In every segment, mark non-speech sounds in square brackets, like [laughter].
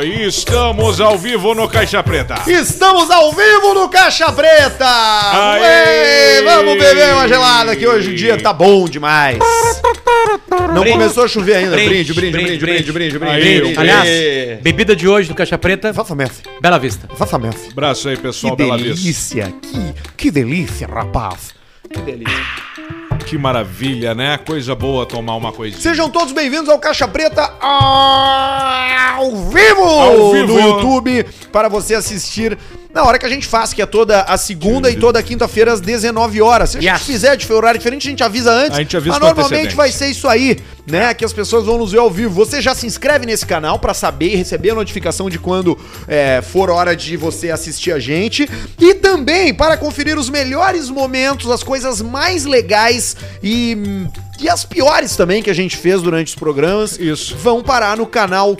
aí, estamos ao vivo no Caixa Preta. Estamos ao vivo no Caixa Preta! Aê! Ué, vamos beber uma gelada que hoje o dia tá bom demais. Não Brinde. começou a chover ainda. Brinde, Brinde, brinde, brinde, brinde, brinde, brinde, brinde. Aí, brinde, brinde. Aliás, bebida de hoje do Caixa Preta, Faça Messi, Bela Vista. faça Messi. Abraço aí, Que pessoal, Bela Vista. delícia, que, que delícia, rapaz. Que delícia. Que maravilha, né? Coisa boa tomar uma coisinha. Sejam todos bem-vindos ao Caixa Preta ao vivo, Ao vivo. no YouTube para você assistir na hora que a gente faz, que é toda a segunda e toda a quinta-feira às 19 horas. Se a gente Yes. fizer de horário diferente, a gente avisa antes. A gente avisa mas com normalmente antecedência. vai ser isso aí, né? Que as pessoas vão nos ver ao vivo. Você já se inscreve nesse canal para saber e receber a notificação de quando é, for hora de você assistir a gente. E também para conferir os melhores momentos, as coisas mais legais e. E as piores também que a gente fez durante os programas Isso. vão parar no canal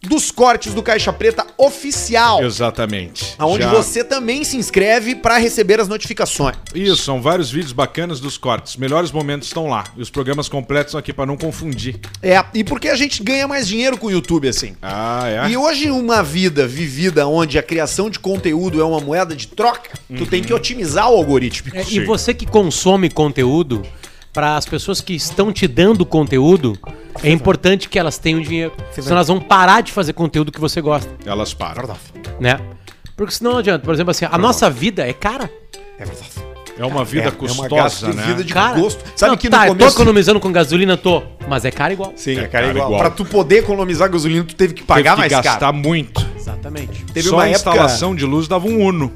dos cortes do Caixa Preta Oficial. Exatamente. Onde Já- você também se inscreve para receber as notificações. Isso, são vários vídeos bacanas dos cortes. Melhores momentos estão lá. E os programas completos estão aqui pra não confundir. É, e porque a gente ganha mais dinheiro com o YouTube, assim. Ah, é? E hoje, uma vida vivida onde a criação de conteúdo é uma moeda de troca, tu tem Uhum. que otimizar o algoritmo. É, Sim. e você que consome conteúdo, para as pessoas que estão te dando conteúdo, é importante que elas tenham dinheiro. né? Senão elas vão parar de fazer conteúdo que você gosta, Elas param. né? Porque senão não adianta. Por exemplo, assim, a nossa vida é cara. É verdade. É uma É, vida é uma custosa, gasto de né? vida de Cara. gosto. Sabe não, que tá, no eu começo... tô economizando com gasolina, tô. Mas é cara igual. Sim, É, é cara, cara, igual. igual. Pra tu poder economizar gasolina, tu teve que pagar Teve que mais gastar caro. muito. Exatamente. Teve Só uma a época- instalação de luz dava um Uno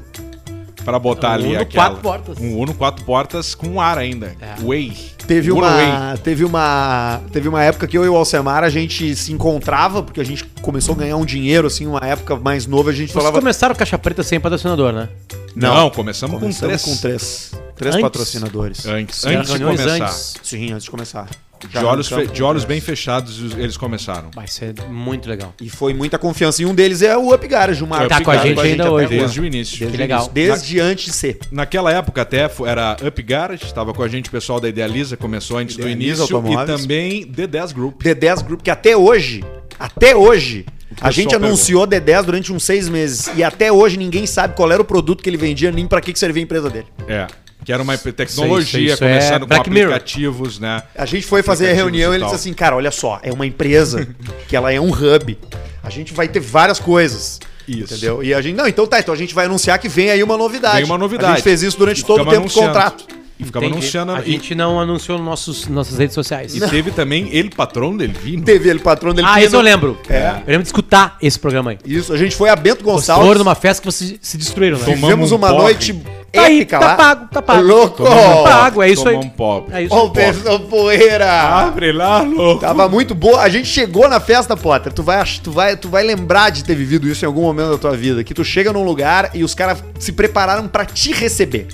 pra botar Um ali Uno, aquela. quatro portas. Um Uno, quatro portas com ar ainda. É. Way. Teve Uno uma, teve uma. Teve uma época que eu e o Alcemar a gente se encontrava, porque a gente começou a ganhar um dinheiro, assim, uma época mais nova, a gente Vocês falava. começaram o Caixa Preta sem patrocinador, né? Não, começamos, Começamos com três. com três. Três Antes? patrocinadores. Antes, Fizeram antes de reuniões começar. antes. Sim, antes de começar. Já De olhos, fe- arrancamos. de olhos bem fechados, os- eles começaram. Vai ser muito legal. E foi muita confiança. E um deles é o Up Garage, o Marcos. Tá com a Obrigado gente ainda até hoje, né? agora. Desde o início. Que legal. Desde antes de ser. Naquela época até fo- era Up Garage, estava com a gente o pessoal da Idealiza, começou antes do Idealiza início, e Automóveis. também D10 Group. D10 Group, que até hoje, até hoje, a pessoal gente pegou. anunciou D10 durante uns seis meses. E até hoje ninguém sabe qual era o produto que ele vendia, nem pra que que servia a empresa dele. É. Que era uma tecnologia, isso é começando com Black Mirror. aplicativos, né? A gente foi fazer a Aplicativos reunião e e ele tal. disse assim, cara, olha só, é uma [laughs] empresa que ela é um hub. A gente vai ter várias coisas. Isso. Entendeu? E a gente. Não, então tá, então a gente vai anunciar que vem aí uma novidade. Tem uma novidade. A gente fez isso durante E todo o ficava tempo do anunciando. contrato. E ficava Entendi. anunciando. A e- gente não anunciou nos nossos, nossas redes sociais. E teve também ele patrão del vino. Teve ele patrão dele. Ah, que esse eu não- lembro. É. Eu lembro de escutar esse programa aí. Isso, a gente foi a Bento Vocês Gonçalves. foram numa festa que vocês se destruíram, né? Tomou. Fizemos Tomamos um uma porre. noite Tá aí, épica tá lá. pago, tá pago. Louco! Tá pago, é isso aí. Tomou um pop. É isso. Ô, Pedro Poeira! Ah. Abre lá, louco. Tava muito boa. A gente chegou na festa, Potter. Tu vai, ach- tu, vai, tu vai lembrar de ter vivido isso em algum momento da tua vida. Que tu chega num lugar e os caras se prepararam pra te receber.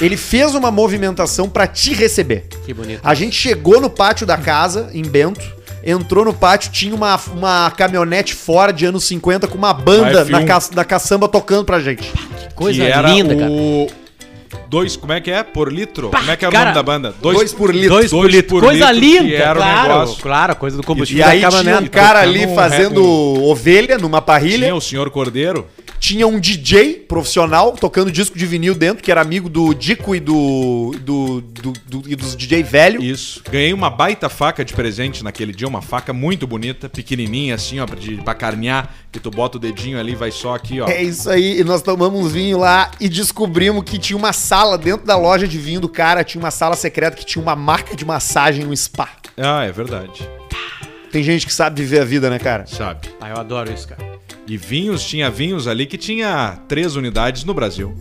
Ele fez uma movimentação pra te receber. Que bonito. A gente chegou no pátio da casa, em Bento. Entrou no pátio, tinha uma, uma caminhonete Ford de anos 50 com uma banda F1. na ca- da caçamba tocando pra gente. Coisa que era linda, cara. o... Dois, como é que é? Por litro? Pá, como é que era cara. o nome da banda? Dois por litro. Dois, por litro. Coisa que linda, Era claro. o negócio. Claro, coisa do E combustível aí da tinha um caminhonete. cara ali Tocando um fazendo ovelha numa parrilha. Tinha um- o senhor Cordeiro. Tinha um DJ profissional tocando disco de vinil dentro, que era amigo do Dico e do. do, do, do- e dos DJ velho. Isso. Ganhei uma baita faca de presente naquele dia, uma faca muito bonita, pequenininha assim, ó, de, pra carnear, que tu bota o dedinho ali, vai só aqui, ó. É isso aí, e nós tomamos vinho lá e descobrimos que tinha uma sala dentro da loja de vinho do cara, tinha uma sala secreta que tinha uma marca de massagem, um spa. Ah, é verdade. Tem gente que sabe viver a vida, né, cara? Sabe? Ah, eu adoro isso, cara. E vinhos, tinha vinhos ali que tinha três unidades no Brasil.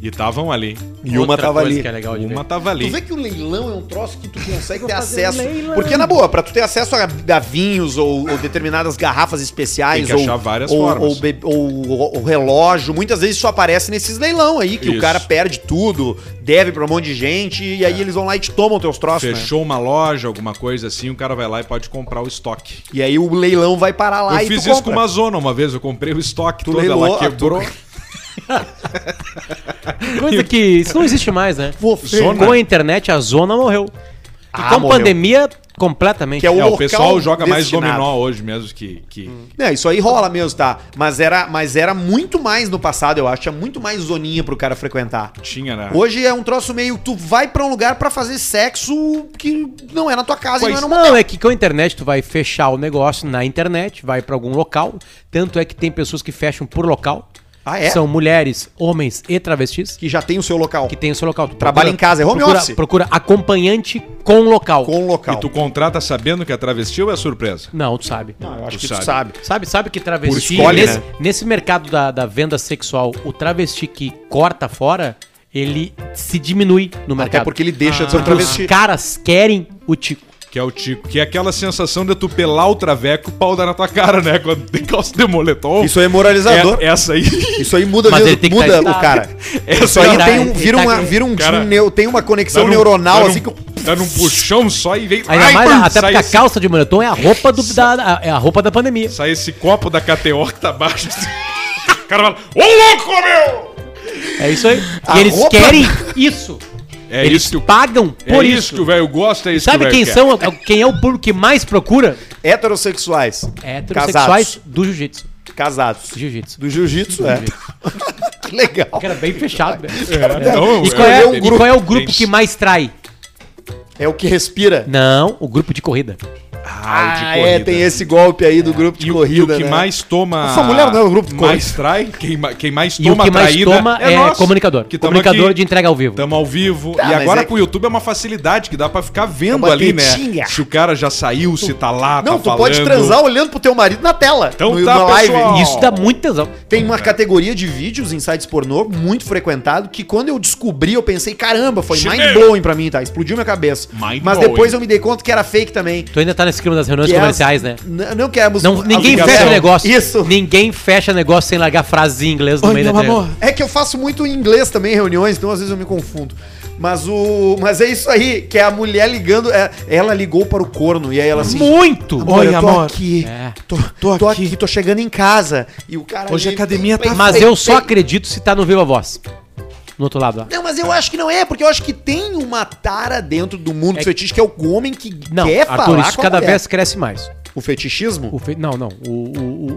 E estavam ali. E uma Outra tava coisa ali. que é legal de ver. Uma tava Tu ali. vê que o leilão é um troço que tu consegue ter fazer acesso. leilão. Porque, na boa, pra tu ter acesso a, a vinhos ou, ou determinadas garrafas especiais Tem que ou, achar várias ou, formas. ou be- ou- ou- ou relógio, muitas vezes só aparece nesses leilão aí, que o Isso. É. cara perde tudo, deve pra um monte de gente, e aí eles vão lá e te tomam teus troços, né? Fechou uma loja, alguma coisa assim, o cara vai lá e pode comprar o estoque. E aí o leilão vai parar lá eu e fiz tu isso com compra. uma zona uma vez, eu comprei o estoque Tu todo, leilou, ela quebrou. Coisa que isso não existe mais, né? Pô, Zona. Com a internet, a zona morreu. E é Ah, com a morreu. pandemia, Completamente. Que é É, o- o local pessoal joga mais destinado. dominó hoje mesmo que. que... É, isso aí rola mesmo, tá? Mas era, mas era muito mais no passado, eu acho. Tinha muito mais zoninha pro cara frequentar. Tinha, né? Hoje é um troço meio. Tu vai pra um lugar pra fazer sexo que não é na tua casa e Pois não é numa. Não, é que com a internet tu vai fechar o negócio na internet, vai pra algum local. Tanto é que tem pessoas que fecham por local. Ah, é? São mulheres, homens e travestis Que já tem o seu local. que tem o seu local. Tu Trabalha em casa, é home procura, office. Procura acompanhante com local. Com o local. E tu contrata sabendo que é travesti ou é surpresa? Não, tu sabe. Não, eu acho Tu que tu sabe. sabe. Sabe, sabe que travesti. escolha, nesse, né? nesse mercado da, da venda sexual, o travesti que corta fora, ele se diminui no mercado. Até porque ele deixa de ser um Porque travesti. os caras querem o tico. Que é o Tico. Que é aquela sensação de tu pelar o traveco e o pau dar na tua cara, né? Quando tem calça de moletom. Isso aí é moralizador. É- essa aí. Isso aí muda, Mas vida- ele tem que muda tá- o cara. É, Isso aí tá- tem um, ele vira, tá uma, com- vira um Cara, neu- tem uma Dá conexão num- neuronal dá num- assim que. eu- Dá num puxão só e vem. Ainda Ai, mais, pum, até sai porque a esse- calça de moletom é a roupa, do, da, é a roupa da pandemia. Sai esse copo da KTO que tá baixo. [laughs] o cara fala, ô louco, meu! É isso aí. A e eles roupa- querem isso. É eles isso que o- tá pagam É por isso, isso. que o velho gosta, é isso que Sabe o quem velho quer. são? Quem é o público que mais procura? Heterossexuais. Heterossexuais do jiu-jitsu. Casados. Casados. Jiu-jitsu. Do jiu-jitsu, é. [laughs] Que Legal. Que era bem fechado, né? Não, E qual é, Escolher um e grupo. qual é o grupo que mais trai? É o que respira. Não, o grupo de corrida. Ah, o de Ah, corrida. é, tem esse golpe aí do grupo de E o, corrida. e o que né? mais toma. Essa mulher não é o grupo de Mais trai, quem, ma- quem mais E o toma que mais traída toma é nós, comunicador. que tamo Comunicador aqui. de entrega ao vivo. Tamo ao vivo. Tá, e mas agora é que- com o YouTube é uma facilidade que dá pra ficar vendo uma ali, né? tetinha. Se o cara já saiu, se tá lá, Não, tá tu pode falando. transar olhando pro teu marido na tela. Então tá, pessoal. Isso dá muito tesão. Tem uma categoria de vídeos em sites pornô muito frequentado que quando eu descobri eu pensei, caramba, foi Chinelo. mind blowing pra mim, tá? Explodiu minha cabeça. é- Mind Mas blowing. depois eu me dei conta que era fake também. Tu ainda tá nesse clima das reuniões Que é as- comerciais, né? N- Não, que é a mus- Não, a ninguém ligação. fecha negócio. Isso. Ninguém fecha negócio sem largar frases em inglês no meio da entrega. É que eu faço muito em inglês também reuniões, então às vezes eu me confundo. Mas o. Mas é isso aí, que é a mulher ligando. é- Ela ligou para o corno. E aí ela assim. Muito! Amor, eu tô amor. aqui. É. Tô, tô aqui. tô chegando em casa. E o cara. Hoje a academia tá Mas eu só acredito se tá no Viva Voz. No outro lado lá. Não, mas eu acho que não é, porque eu acho que tem uma tara dentro do mundo do É- fetiche, que é o homem que Não, quer Arthur, falar isso com a cada mulher. vez cresce mais. O fetichismo? O fe- Não, não. O. O. O.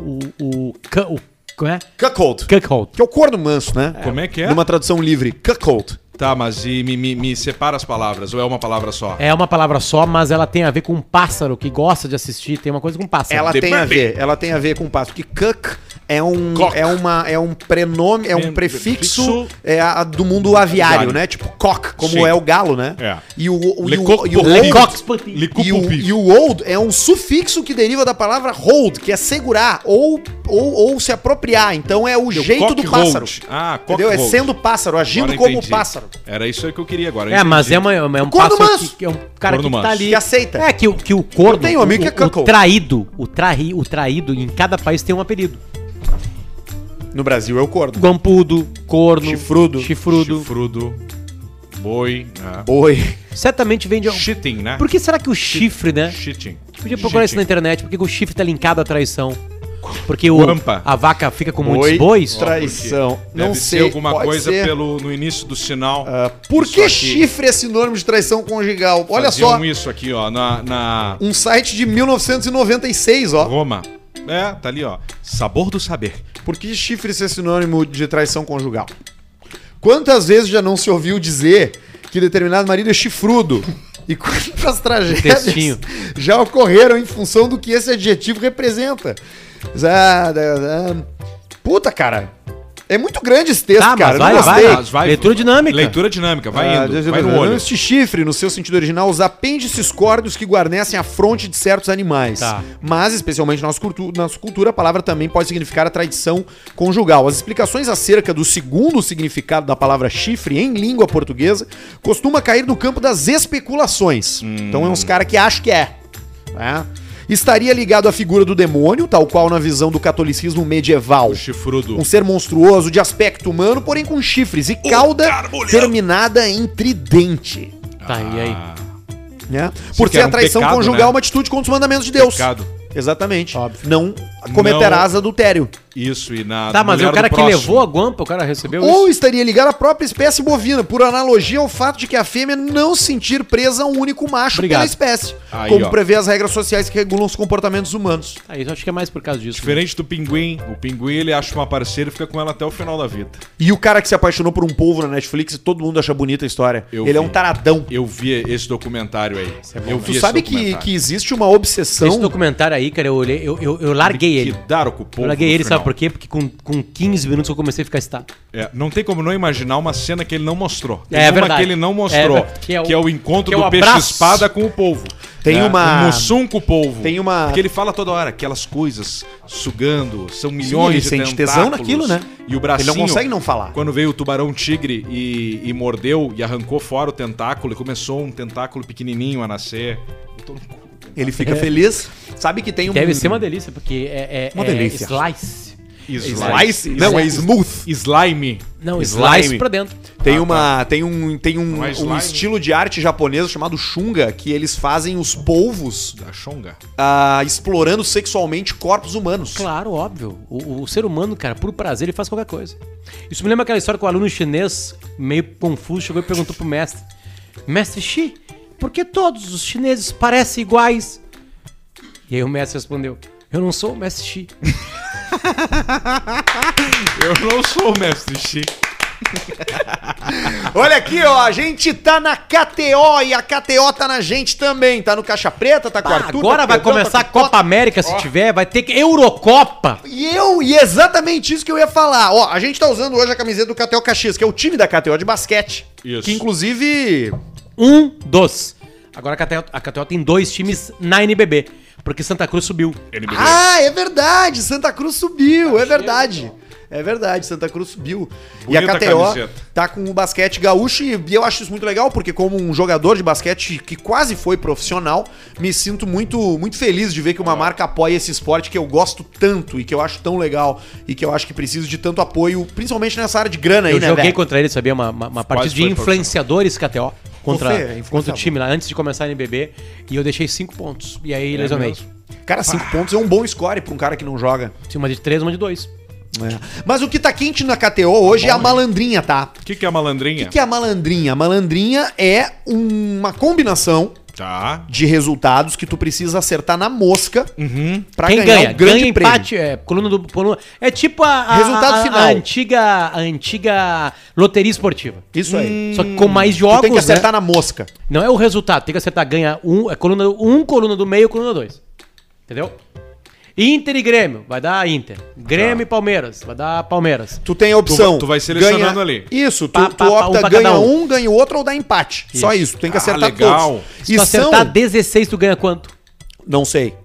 O. o, cu- o... Como é? cuckold. Cuckold. Que é o corno manso, né? Como é que é? Numa tradução livre, cuckold. Tá, mas e me, me, me separa as palavras, ou é uma palavra só? É uma palavra só, mas ela tem a ver com um pássaro que gosta de assistir. Tem uma coisa com um pássaro. Ela The tem a Bird. ver, ela tem a ver com o passo, porque cuck é um Cock. é uma é um prenome, é um Pre- prefixo prefixo. é a- do mundo aviário, Aviário. né? Tipo cock, como Sim. é o galo, né? É. E o o- e o- Lecoq e o Bourguignon. old- Cox Putin. E o, Licupupi. e o old é um sufixo que deriva da palavra hold, que é segurar ou, ou, ou se apropriar. Então é o jeito do cockhold. pássaro. Ah, entendeu? É cockhold. sendo pássaro, agindo Agora como entendi. pássaro. Era isso aí que eu queria agora. eu É, mas entendi. é, uma, é um Corno pássaro manso. que, que é um cara Corno que tá manso. ali. Que aceita. É, que, o- que o corno. Eu tenho um amigo que é o- o, cuckold. traído, o, traí, o traído, em cada país tem um apelido. No Brasil é o corno. Guampudo, corno. Chifrudo. Chifrudo. Chifrudo. Boi. né? Oi. Certamente vem de. Cheating, né? Por que será que o chifre, né? Cheating. Podia procurar isso na Cheating. internet, porque o chifre tá linkado à traição. Porque o, Guampa. a vaca fica com Oi. muitos bois. Traição. Deve Não sei. ser alguma pode coisa ser. pelo no início do sinal. Ah, por Isso que aqui. chifre é sinônimo de traição conjugal? Olha Faziam um só, isso aqui, ó, na, na um site de 1996, ó. Roma. É, tá ali, ó. Sabor do saber. Por que chifre ser sinônimo de traição conjugal? Quantas vezes já não se ouviu dizer que determinado marido é chifrudo? E [laughs] quantas tragédias Textinho. já ocorreram em função do que esse adjetivo representa? Zá, dá, dá. Puta, cara. É muito grande esse texto, Tá, cara. mas eu não vai, vai, gostei. mas vai. Leitura dinâmica. Leitura dinâmica, vai Ah, indo. deixa eu Vai ver. no olho. Este chifre, no seu sentido original, os apêndices córneos que guarnecem a fronte de certos animais. Tá. Mas, especialmente na nossa, cultu- nossa cultura, a palavra também pode significar a tradição conjugal. As explicações acerca do segundo significado da palavra chifre em língua portuguesa costuma cair no campo das especulações. Hum. Então é uns caras que acham que é. né? Estaria ligado à figura do demônio, tal qual na visão do catolicismo medieval. O chifrudo. Um ser monstruoso de aspecto humano, porém com chifres e cauda carbulhão. terminada em tridente. Tá, e aí? Ah, Né? Por que ser era a um traição pecado, conjugal é né? uma atitude contra os mandamentos de Deus. pecado. Exatamente. Óbvio. Não cometerás adultério. Isso, e Ah, na. Tá, mas é mulher o cara do que próximo. levou a guampa, o cara recebeu Ou estaria ligado à própria espécie bovina, por analogia ao fato de que a fêmea não sentir presa a um único macho Obrigado. pela espécie, Aí, como ó. prevê as regras sociais que regulam os comportamentos humanos. Ah, isso eu acho que é mais por causa disso. Diferente do pinguim, o pinguim ele acha uma parceira e fica com ela até o final da vida. E o cara que se apaixonou por um polvo na Netflix, todo mundo acha bonita a história. Eu Ele é vi. um taradão. Eu vi esse documentário aí. é né? eu vi Tu esse sabe que, documentário. que existe uma obsessão. Esse documentário aí, cara, eu olhei, eu, eu, eu larguei ele. Que dar o cupom. Eu larguei ele, sabe por quê? Porque com, com 15 minutos eu comecei a ficar estado. É, não tem como não imaginar uma cena que ele não mostrou. Tem É uma verdade. que ele não mostrou, É ver- que é o- encontro que é o do abraço. peixe-espada com o polvo. Tem uma- O mussum com o polvo. Tem uma- Porque ele fala toda hora aquelas coisas sugando, são milhões ele de sente tentáculos. tesão naquilo, né? E o bracinho... Assim, Ele não consegue não falar. Quando veio o tubarão-tigre e, e mordeu e arrancou fora o tentáculo e começou um tentáculo pequenininho a nascer... Ele fica feliz. Sabe que tem um. É. Deve ser uma delícia, porque é, é, Uma é delícia. slice. Slice? Não, é smooth. Slime. Não, Slime. slice pra dentro. Tem uma, tá. tem um, tem um, Não é um slime? estilo de arte japonesa chamado shunga que eles fazem os polvos Da Xonga. ah, explorando sexualmente corpos humanos. Claro, óbvio. O, o ser humano, cara, por prazer, ele faz qualquer coisa. Isso me lembra aquela história que o aluno chinês, meio confuso, chegou e perguntou pro mestre: Mestre Xi, por que todos os chineses parecem iguais? E aí o mestre respondeu: Eu não sou o mestre Xi. Eu não sou o mestre Chico. Olha aqui, ó, a gente tá na KTO e a KTO tá na gente também. Tá no Caixa Preta, tá com o Ah, Arthur. tá agora com vai o Pedrão, começar a tá com o Copa América se tiver, vai ter que Eurocopa. E eu, e é exatamente isso que eu ia falar. Ó, a gente tá usando hoje a camiseta do KTO Caxias, que é o time da KTO de basquete. Isso. Que inclusive. Um dos. Agora a KTO, a KTO tem dois times na NBB, porque Santa Cruz subiu. NBB. Ah, é verdade! Santa Cruz subiu, é verdade. É verdade, Santa Cruz subiu. e Bonita a KTO camiseta. tá com o basquete gaúcho e e eu acho isso muito legal, porque como um jogador de basquete que quase foi profissional, me sinto muito, muito feliz de ver que uma marca apoia esse esporte que eu gosto tanto e que eu acho tão legal e que eu acho que preciso de tanto apoio, principalmente nessa área de grana aí, Eu né, joguei velho? contra ele, sabia? Uma, uma, uma partida de foi, influenciadores KTO Você é contra, contra influenciador. o time lá, antes de começar a NBB, e eu deixei cinco pontos. E É aí lesionei. mesmo? Cara, cinco pontos é um bom score pra um cara que não joga. Tinha uma de três, uma de dois. É. Mas o que tá quente na KTO hoje é a malandrinha, tá? O que, que é a malandrinha? O que é a malandrinha? A malandrinha é uma combinação Tá. de resultados que tu precisa acertar na mosca Uhum. pra Quem ganhar ganha? um grande ganha prêmio. empate, é, coluna do coluna, É tipo a, a- Resultado a- a- final. a antiga a antiga loteria esportiva. Isso aí. Hum, Só que com mais Hum, Tu jogos, tem que né? acertar na mosca. Não é o resultado, tem que acertar. Ganha um, é coluna do- um, coluna do meio, coluna dois. Entendeu? Inter e Grêmio, vai dar Inter. Tá. Grêmio e Palmeiras, vai dar Palmeiras. Tu tem a opção. Tu- tu vai selecionando ganha- ali. Isso, tu, Pá, tu pá, pá, um opta, pra cada ganha um. um. ganha o outro ou dá empate. Só Isso. isso, tu tem que Ah, acertar legal. todos. Se E tu são... acertar 16, tu ganha quanto? Não sei.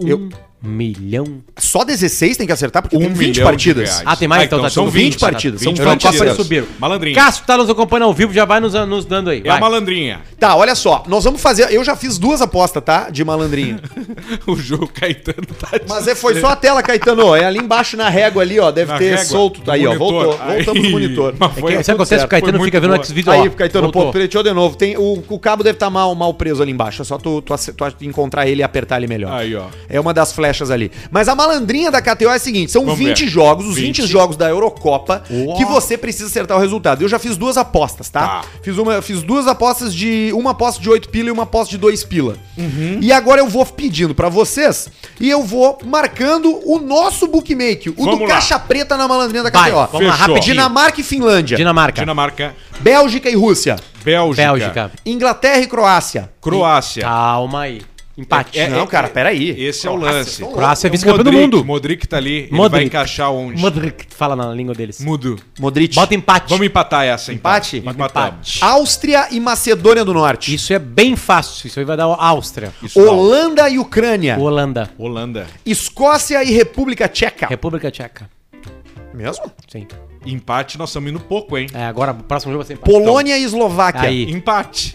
Eu... Um milhão. Só 16 tem que acertar porque Um tem 20 milhão partidas. de reais. Ah, tem mais? Ah, então são tudo 20 tá, partidas, São 20 são partidas. partidas. Subiram. Malandrinho. Cássio tá nos acompanhando ao vivo, já vai nos, nos dando aí. É a vai. malandrinha. [laughs] Tá, olha só. Nós vamos fazer. Eu já fiz duas apostas, tá? De malandrinha. O jogo Caetano tá de- Mas é, foi só a tela, Caetano. É ali embaixo na régua ali, ó. Deve Na ter régua, solto. do Aí, ó. monitor. Voltou. Aí. Voltamos pro monitor. Mas foi- É que Isso acontece, o tudo certo. Caetano Foi fica muito vendo o boa. X-Video. Aí, ó, Caetano, pô, voltou. pleiteou de novo. Tem, o, o cabo deve estar mal, mal preso ali embaixo. É só tu, tu, ace- tu a- encontrar ele e apertar ele melhor. Aí, ó. É uma das flechas ali. Mas a malandrinha da KTO é a seguinte: são Vamos 20 ver. jogos, os 20, 20 jogos da Eurocopa, Ó. que você precisa acertar o resultado. Eu já fiz duas apostas, tá? Tá. Fiz, uma, fiz duas apostas de. Uma aposta de 8 pila e uma aposta de 2 pila. Uhum. E agora eu vou pedindo pra vocês e eu vou marcando o nosso bookmaker, o do Vamos lá. Caixa Preta na malandrinha da Vai, KTO. vamos lá, Fechou. rapidinho. Dinamarca e Finlândia. Dinamarca. [laughs] Dinamarca, Bélgica e Rússia. Bélgica, Bélgica. Tá. Inglaterra e Croácia. Croácia. Calma aí. Empate. É- não, cara, peraí. Esse é o lance. Croácia é O vice-campeão do Modric, mundo. Modric tá ali, ele Modric. vai encaixar onde? Modric, fala na língua deles. Mudo. Modric. Bota empate. Vamos empatar essa, então. Empate? Empatamos. empate. Ah. Áustria e Macedônia do Norte. Isso é bem fácil. Isso aí vai dar Áustria. Isso é. dá. Holanda e Ucrânia. Holanda. Holanda. Escócia e República Tcheca. República Tcheca. Mesmo? Sim. Empate, nós estamos indo pouco, hein? É, agora o próximo jogo vai ser empate. Polônia e Eslováquia. Aí. Empate.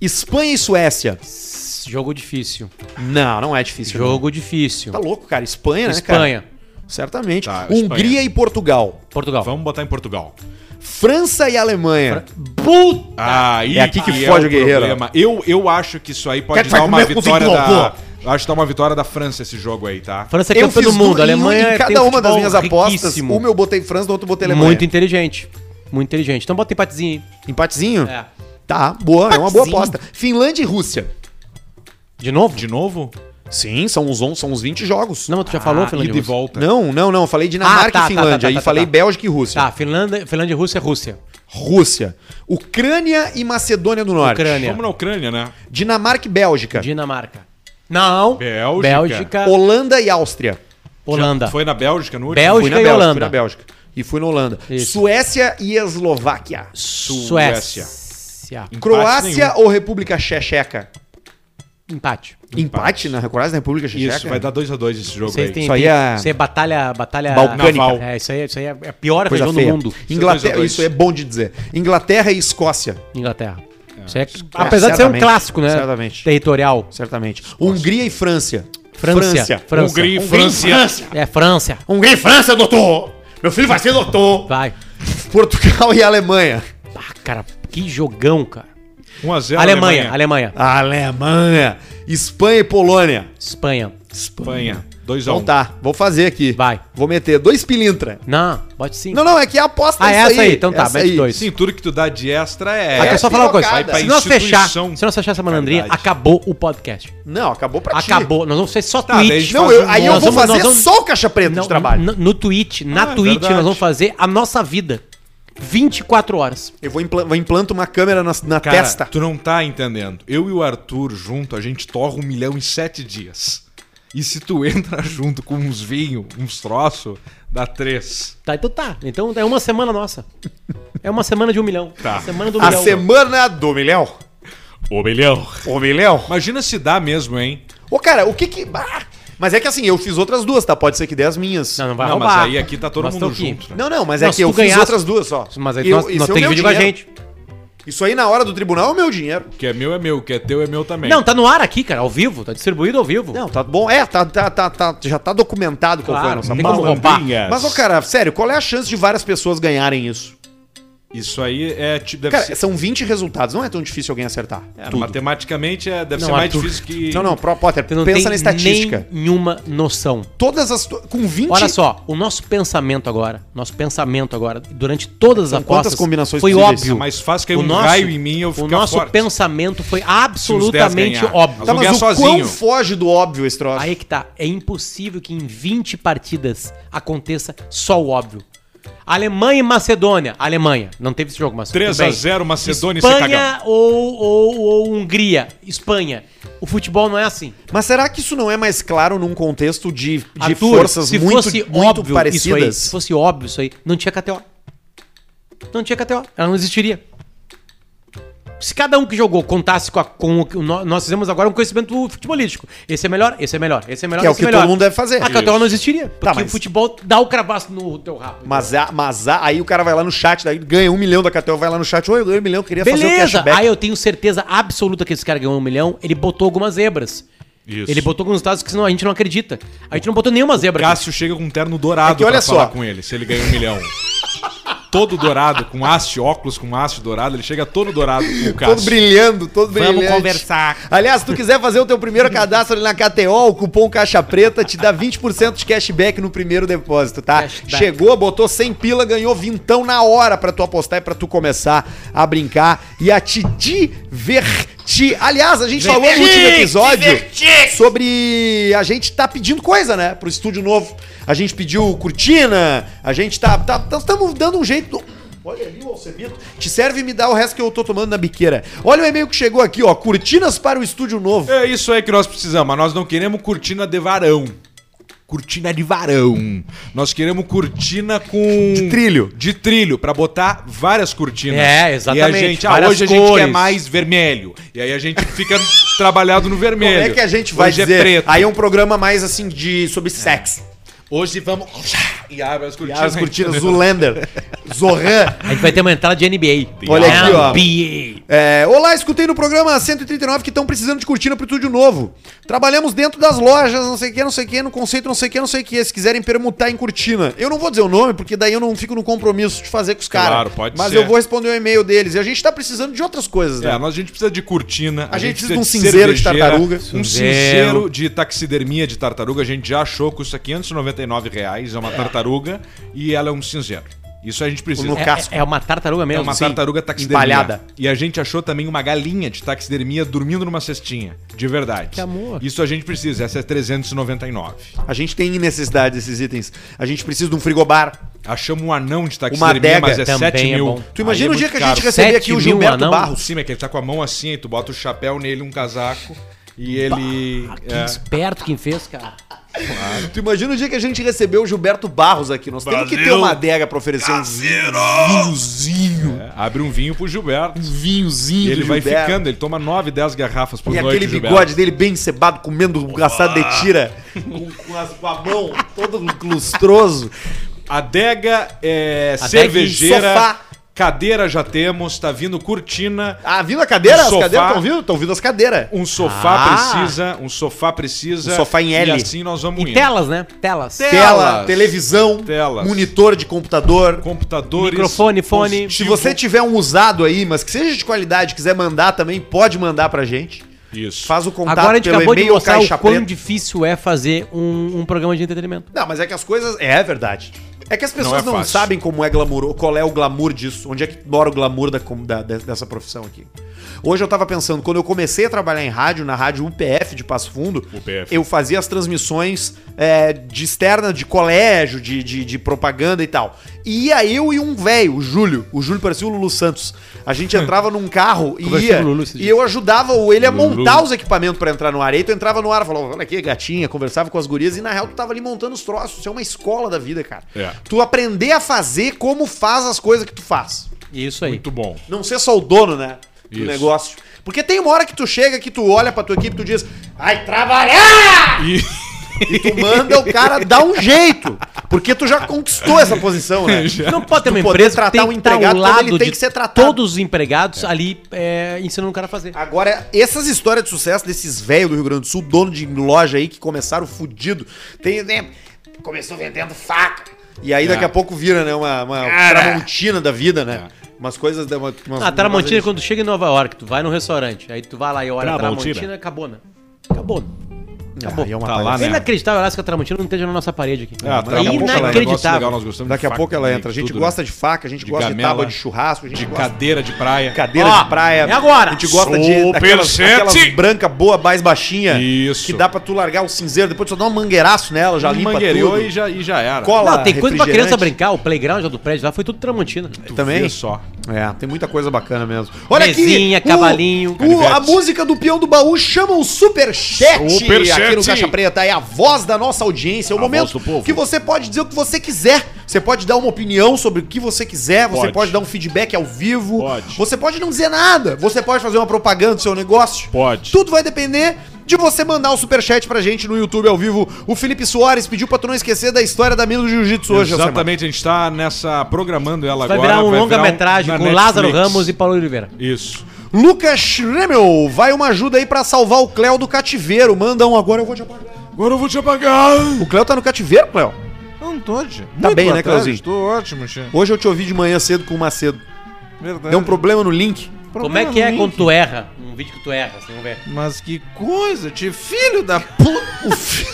Espanha e Suécia. Então, jogo difícil. Não, não é difícil. não. Jogo difícil. Tá louco, cara. Espanha, né, Espanha. cara? Certamente. Tá, Hungria Espanha. e Portugal. Portugal. Vamos botar em Portugal. França e Alemanha. Puta! Aí É Tá. aqui que foge o guerreiro. problema. Eu, eu acho que isso aí pode Quer que dar vai uma comer com vitória Zico, da, Eu acho que tá uma vitória da França esse jogo aí, tá? França é Eu campeã fiz do mundo, du- a Alemanha em, em tem cada um uma das futebol minhas apostas, riquíssimo. uma eu botei França, no outro eu botei Alemanha. Muito inteligente. Muito inteligente. Então bota empatezinho Empatezinho? aí. É. Tá, boa, é uma boa Empatezinho. aposta. Finlândia e Rússia. De novo? De novo? Sim, são uns, on- são uns 20 jogos. Não, mas tu já falou, Finlândia. Ida e e Rússia. volta. Não, não, não. Falei Dinamarca Ah, tá, e tá, Finlândia. tá, tá, e tá, falei tá. Bélgica e Rússia. Tá, Finlândia, Finlândia e Rússia é Rússia. Rússia. Ucrânia e Macedônia do Norte. Ucrânia. Vamos na Ucrânia, né? Dinamarca e Bélgica. Dinamarca. Não. Bélgica. Bélgica. Holanda e Áustria. Holanda. Já Foi na Bélgica no último? Bélgica. Fui na e Bélgica. Holanda. Fui na Bélgica. E fui na Holanda. Isso. Suécia e Eslováquia. Suécia. Suécia. Empate Croácia nenhum. ou República Checheca? Empate. Empate, na Croácia na República Checheca? Isso, vai dar 2x2 esse jogo Isso aí, aí. tem, Isso aí tem- é- isso aí é batalha, batalha Balcânica. Naval. É, isso aí, isso aí é a pior Coisa região feia. do mundo. Dois a Inglaterra, dois. isso é bom de dizer. Inglaterra e Escócia, Inglaterra. Isso aí é- apesar de ser um certamente, clássico, né? certamente. Territorial. certamente. Hungria e França. França. França. Hungria e França. É França. Hungria e França, doutor! Meu filho vai ser doutor! Vai. Portugal e Alemanha. Ah, cara, que jogão, cara. 1x0 Alemanha, Alemanha. Alemanha. Espanha e Polônia. Espanha. Espanha. 2x1. Então tá, vou fazer aqui. Vai. Vou meter dois pilintra. Não, bote sim. Não, não, é que é a aposta Ah, é essa aí, então tá, mete dois. Sim, tudo que tu dá de extra é. Ah, quer só falar uma coisa. pirocada. Se nós Vai pra fechar, instituição. se nós fechar essa malandrinha, Verdade. acabou o podcast. Não, acabou pra ti. Acabou. Nós vamos fazer só Tá, daí a tweet. gente Não, Faz eu- um aí bom. eu vou Nós vamos- fazer nós vamos- só o caixa preta Não, de trabalho. No, no Twitch, na Ah, é Twitch, verdade. nós vamos fazer a nossa vida. 24 horas. Eu vou, impla vou implanto uma câmera na, na Cara, testa. tu não tá entendendo. Eu e o Arthur junto, a gente torra um milhão em sete dias. E se tu entra [laughs] junto com uns vinhos, uns troços, dá três. Tá, então tá. Então é uma semana nossa. É uma semana de um milhão. Tá. A semana do A milhão. semana do milhão. Ô, milhão. Ô, milhão. Imagina se dá mesmo, hein? Ô, cara, o que que... Ah! Mas é que assim, eu fiz outras duas, tá? Pode ser que dê as minhas. Não, não vai Não, roubar. mas aí aqui tá todo Nós mundo tô aqui. junto, né? Não, não, mas Não, é se que eu tu fiz ganhasse- outras duas só. Mas aí Eu- nós, isso nós é o temos que meu dividir com a dinheiro. gente. Isso aí na hora do tribunal é o meu dinheiro. O que é meu é meu, o que é teu é meu também. Não, tá no ar aqui, cara. Ao vivo. Tá distribuído ao vivo. Não, tá bom. É, tá, tá, tá, tá- já tá documentado qual foi a claro. nossa Não tem como pauta. roubar. Malandrinhas. Mas, ô, cara, sério, qual é a chance de várias pessoas ganharem isso? Isso aí é tipo. Deve Cara, ser, são 20 resultados, não é tão difícil alguém acertar. é, matematicamente é, deve Não, ser mais Arthur. difícil que. Não, não, Pro Potter, Você não pensa tem na estatística. nenhuma noção. Todas as. to- Com 20. Olha só, o nosso pensamento agora, nosso pensamento agora, durante todas São as quantas apostas, combinações foi possíveis? É óbvio. mais fácil cair o um nosso, raio em mim e eu O ficar nosso forte. pensamento foi Se os absolutamente dez ganhar. Então, óbvio. Tá, Vou ganhar mas o sozinho. quão foge do óbvio esse troço. Aí que tá, é impossível que em 20 partidas aconteça só o óbvio. Alemanha e Macedônia. Alemanha, não teve esse jogo, mas tudo 3 a bem. 0 Macedônia e Espanha ou, ou, ou Hungria. Espanha. O futebol não é assim. Mas será que isso não é mais claro num contexto de, de Arthur, forças se muito, fosse muito óbvio Isso aí, se parecidas? fosse óbvio isso aí, não tinha KTO. Não tinha KTO. Ela não existiria. Se cada um que jogou contasse com, a- com o que nó- nós fizemos agora um conhecimento futebolístico. Esse é melhor, esse é melhor, esse é melhor, Que é o esse que melhor. todo mundo deve fazer. Tá, A KTO não existiria. Porque mas- o futebol dá o cravaço no teu rabo. Mas, a- mas a- aí o cara vai lá no chat, daí ganha um milhão da KTO, vai lá no chat, oi, eu ganhei um milhão, queria fazer o Beleza! cashback. Aí eu tenho certeza absoluta que esse cara ganhou um milhão. Ele botou algumas zebras. Isso. Ele botou alguns resultados que senão a gente não acredita. A gente não botou nenhuma zebra. aqui. Cássio chega com um terno dourado É que olha pra falar só. com ele, se ele ganha um milhão. Todo dourado, com haste, óculos com haste dourado, ele chega todo dourado com o Cássio. Todo brilhando, todo brilhante. conversar. Aliás, se tu quiser fazer o teu primeiro cadastro ali na KTO, o cupom Caixa Preta te dá 20% de cashback no primeiro depósito, tá? Cashback. Chegou, botou 100 pila, ganhou vintão na hora pra tu apostar e pra tu começar a brincar e a te divertir. Aliás, a gente falou no último episódio sobre a gente tá pedindo coisa, né, pro estúdio novo. A gente pediu cortina, a gente tá estamos dando um jeito Olha ali o Alcemito. Te serve e me dá o resto que eu tô tomando na biqueira. Olha o e-mail que chegou aqui, ó. Cortinas para o estúdio novo. É isso aí que nós precisamos, mas nós não queremos cortina de varão. Cortina de varão. Nós queremos cortina com. De trilho. De trilho, pra botar várias cortinas. É, exatamente, E a gente, ah, várias hoje a gente cores. quer mais vermelho. E aí a gente fica trabalhado no vermelho. Como é que a gente vai hoje dizer? É preto. Aí é um programa mais assim de sobre sexo. Hoje vamos. E abre as E cortinas. as cortinas Zulander. [laughs] Zohan. A gente vai ter uma entrada de NBA. Olha aqui, ó. NBA. É, Olá, escutei no programa 139 que estão precisando de cortina pro estúdio novo. Trabalhamos dentro das lojas, não sei o que, não sei o que, no conceito, não sei o que, não sei o que. Se quiserem permutar em cortina. Eu não vou dizer o nome, porque daí eu não fico no compromisso de fazer com os caras. Claro, pode Mas ser. eu vou responder o e-mail deles. E a gente tá precisando de outras coisas, né? É, nós, a gente precisa de cortina. A gente precisa de um cinzeiro de cervejeira, tartaruga. Um Cinzeiro. cinzeiro de taxidermia de tartaruga. A gente já achou, custa R$ 599 reais. É uma tartaruga e ela é um cinzeiro. Isso a gente precisa. No É, casco. É, é uma tartaruga é mesmo. uma sim. tartaruga taxidermia. empalhada. E a gente achou também uma galinha de taxidermia dormindo numa cestinha. De verdade. Que amor. Isso a gente precisa. Essa é 399. A gente tem necessidade desses itens. A gente precisa de um frigobar. Achamos um anão de taxidermia, adega. mas é Também 7 é mil. bom. Tu imagina Aí o é dia muito que a caro. gente receber aqui Sete o mil Gilberto anão? Por Barros. cima, é que ele tá com a mão assim, aí tu bota o chapéu nele, um casaco. E ele. Ah, que é. esperto quem fez, cara. Tu imagina o dia que a gente recebeu o Gilberto Barros aqui. Nós temos que ter Brasil. uma adega pra oferecer um Vinhozinho. É, abre um vinho pro Gilberto. Um vinhozinho. E ele do vai Gilberto. ficando, ele toma 9, 10 garrafas por E noite. aquele Gilberto. bigode dele bem cebado, comendo assado de tira, com, com as, com a mão [laughs] todo lustroso. Adega, é, e cervejeira, um sofá. cadeira já temos, tá vindo cortina. Ah, vindo a cadeira? Um as sofá. cadeiras estão vindo? Estão vindo as cadeiras. Um sofá Ah. precisa, um sofá precisa. Um sofá em L. E assim nós vamos E indo. telas, né? Telas. Te- Tela, telas. televisão, Telas. monitor de computador. Computadores. Microfone, fone. positivo. Se você tiver um usado aí, mas que seja de qualidade, quiser mandar também, pode mandar pra gente. Isso. Faz o contato Agora a gente acabou de mostrar o caixa quão preta. difícil é fazer um, um programa de entretenimento. Não, mas é que as coisas. É, é verdade. É que as pessoas é não, fácil. sabem como é glamour, qual é o glamour disso, onde é que mora o glamour da, com- da- de- dessa profissão aqui. Hoje eu tava pensando, quando eu comecei a trabalhar em rádio, na rádio UPF de Passo Fundo, UPF. eu fazia as transmissões é, de externa, de colégio, de, de, de propaganda e tal. E ia eu e um velho, o Júlio. O Júlio parecia o Lulu Santos. A [laughs] gente entrava num carro e Conversei ia. com o Lulu esse E dia. eu ajudava o- ele a Lulu. montar os equipamentos pra entrar no ar. E aí tu entrava no ar, falava, olha aqui, gatinha, conversava com as gurias, e na real tu tava ali montando os troços. Isso é uma escola da vida, cara. É. Tu aprender a fazer como faz as coisas que tu faz. Isso aí. Muito bom. Não ser só o dono, né? Do Isso. negócio. Porque tem uma hora que tu chega, que tu olha pra tua equipe, tu diz, vai trabalhar! E E tu manda o cara dar um jeito. Porque tu já conquistou essa posição, [laughs] né? Já. Tu Não pode ter uma Tu poder empresa que tratar tem um que estar empregado ao como lado ele tem de que ser tratado. Ah, todos os empregados ali é, ensinando o cara a fazer. Agora, essas histórias de sucesso desses velhos do Rio Grande do Sul, dono de loja aí que começaram fudido. Tem, né, começou vendendo faca. E aí É. daqui a pouco vira, né, uma, uma tramontina da vida, né? É. Umas coisas... da- Uma, umas, Ah, Tramontina, umas- quando tu chega em Nova York, tu vai num restaurante, aí tu vai lá e Tá olha a Tramontina. Tramontina, acabou, né? Acabou. né? Ah, aí é uma Tá lá, palhaçada. É né? inacreditável, aliás, que a Tramontina não esteja na nossa parede aqui. Ah, daqui a pouco ela é um negócio legal, Inacreditável. nós gostamos de Daqui a faca pouco ela também, entra. A gente tudo, gosta né? de faca, a gente De gosta gamela, de tábua de churrasco, a gente de gosta cadeira de praia. de cadeira Ó, de praia. e agora? A gente gosta de Super daquelas, sete. aquelas branca boa, mais baixinha, Isso. Um que dá pra tu largar o cinzeiro, depois tu só dá um mangueiraço nela, já limpa Mangueirou tudo. e já, e já era. Cola Não, tem coisa pra refrigerante. criança brincar, o playground já do prédio lá foi tudo Tramontina. Tu também? vê só. É, tem muita coisa bacana mesmo. Olha Mesinha, aqui! o- cavalinho, o- a canivete. música do peão do baú chama o Superchat Superchat. aqui no Caixa Preta. É a voz da nossa audiência. É o voz momento do povo. que você pode dizer o que você quiser. Você pode dar uma opinião sobre o que você quiser. Você Pode. pode dar um feedback ao vivo. Pode. Você pode não dizer nada. Você pode fazer uma propaganda do seu negócio. Pode. Tudo vai depender de você mandar o superchat pra gente no YouTube ao vivo. O Felipe Soares pediu pra tu não esquecer da história da mina do Jiu-Jitsu hoje. é Alcemar. Exatamente, a gente tá nessa programando ela Vai agora. virar um virar longa-metragem na com Netflix. Lázaro Ramos e Paulo Oliveira. Isso. Lucas Schremel, vai uma ajuda aí pra salvar o Cléo do cativeiro. Manda um agora, eu vou te apagar. Agora eu vou te apagar. O Cléo tá no cativeiro, Cléo? Não tô, tia. Tá bem, boa né, tarde, Cleuzinho? Tô ótimo, tia. Hoje eu te ouvi de manhã cedo com o Macedo. Verdade. Deu um problema no link. Como é que é quando tu erra? Um vídeo que tu erra, assim, vamos ver. Mas que coisa, tia. Filho da puta. O, Fi-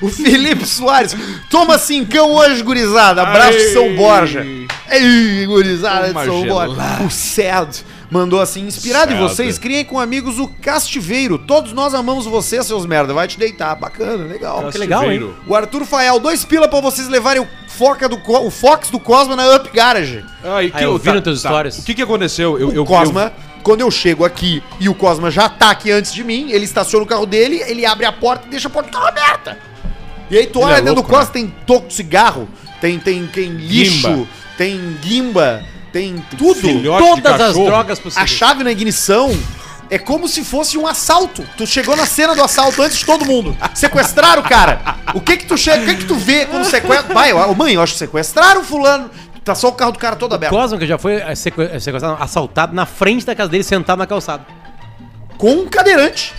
[laughs] o Felipe Soares. Toma cincão hoje, gurizada. Abraço, Aê. São Borja. Ei, gurizada de Uma São Borja. gelada. O Cedo mandou assim, inspirado em Cedo. vocês, criem com amigos o Castiveiro. Todos nós amamos você, seus merda. Vai te deitar. Bacana, legal. Ah, Que legal, hein? Cativeiro. O Arthur Fael, dois pila pra vocês levarem o, foca do, Co- o Fox do Cosma na Up Garage. Ai, Ah, eu vi nos teus stories. tá, O que que aconteceu? Eu, eu, o Cosma, quando eu chego aqui e o Cosma já tá aqui antes de mim, ele estaciona o carro dele, ele abre a porta e deixa a porta aberta. E aí tu Ele olha é dentro do louco, Cosma, tem toco de cigarro, tem, tem, tem lixo, Guimba. tem guimba, tem tudo. Filhote de Todas as cachorro. drogas A possíveis. chave na ignição. É como se fosse um assalto. Tu chegou na cena do assalto antes de todo mundo. Sequestraram o cara. O que que tu chega, o que que tu vê quando sequestra? Pai, eu- mãe, eu acho que sequestraram fulano. Tá só o carro do cara todo aberto. Cosmo, que já foi é, sequ- é, sequestrado, não, assaltado na frente da casa dele, sentado na calçada. Com um cadeirante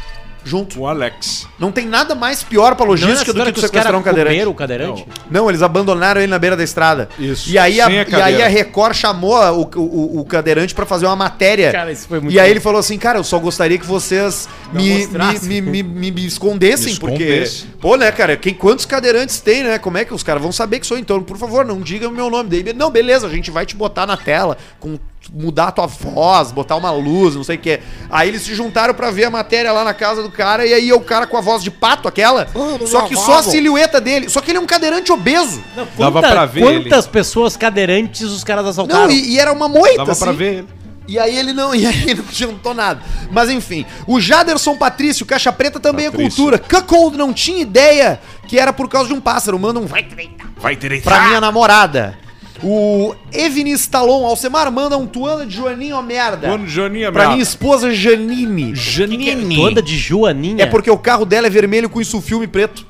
junto. O Alex. Não tem nada mais pior pra Não é essa logística do história que tu sequestrar um cadeirante. comeram o cadeirante? Não, eles abandonaram ele na beira da estrada. Isso. E aí a, Sem a e aí cadeira. a Record chamou o, o, o cadeirante pra fazer uma matéria. Cara, isso foi muito E aí bom. ele falou assim, cara, eu só gostaria que vocês me, mostrassem. me, me, me, me escondessem, Me porque... escondesse. Pô, né, cara, quem, quantos cadeirantes tem, né? Como é que os caras vão saber que sou eu? Então, por favor, não diga o meu nome. Daí, ele, não, beleza, a gente vai te botar na tela, com mudar a tua voz, botar uma luz, não sei o que. Aí eles se juntaram pra ver a matéria lá na casa do cara, e aí o cara com a voz de pato, aquela, só que só a silhueta dele, só que ele é um cadeirante obeso. Não, Dava pra ver Quantas pessoas cadeirantes os caras assaltaram? Não, e, e era uma moita, Dava pra assim. ver ele. E aí ele não, [laughs] e aí não jantou nada. Mas enfim, o Jaderson Patrício, Caixa Preta também é Patrício. cultura. Cuckold não tinha ideia que era por causa de um pássaro. Manda um vai direita Vai direita. pra minha namorada. O Evnis Talon Alcemar manda um tuana de Joaninho ó merda. Quando Joaninha É. pra minha Brava. esposa Janine. Janine. Toda de Joaninha. É porque o carro dela é vermelho com isso filme preto.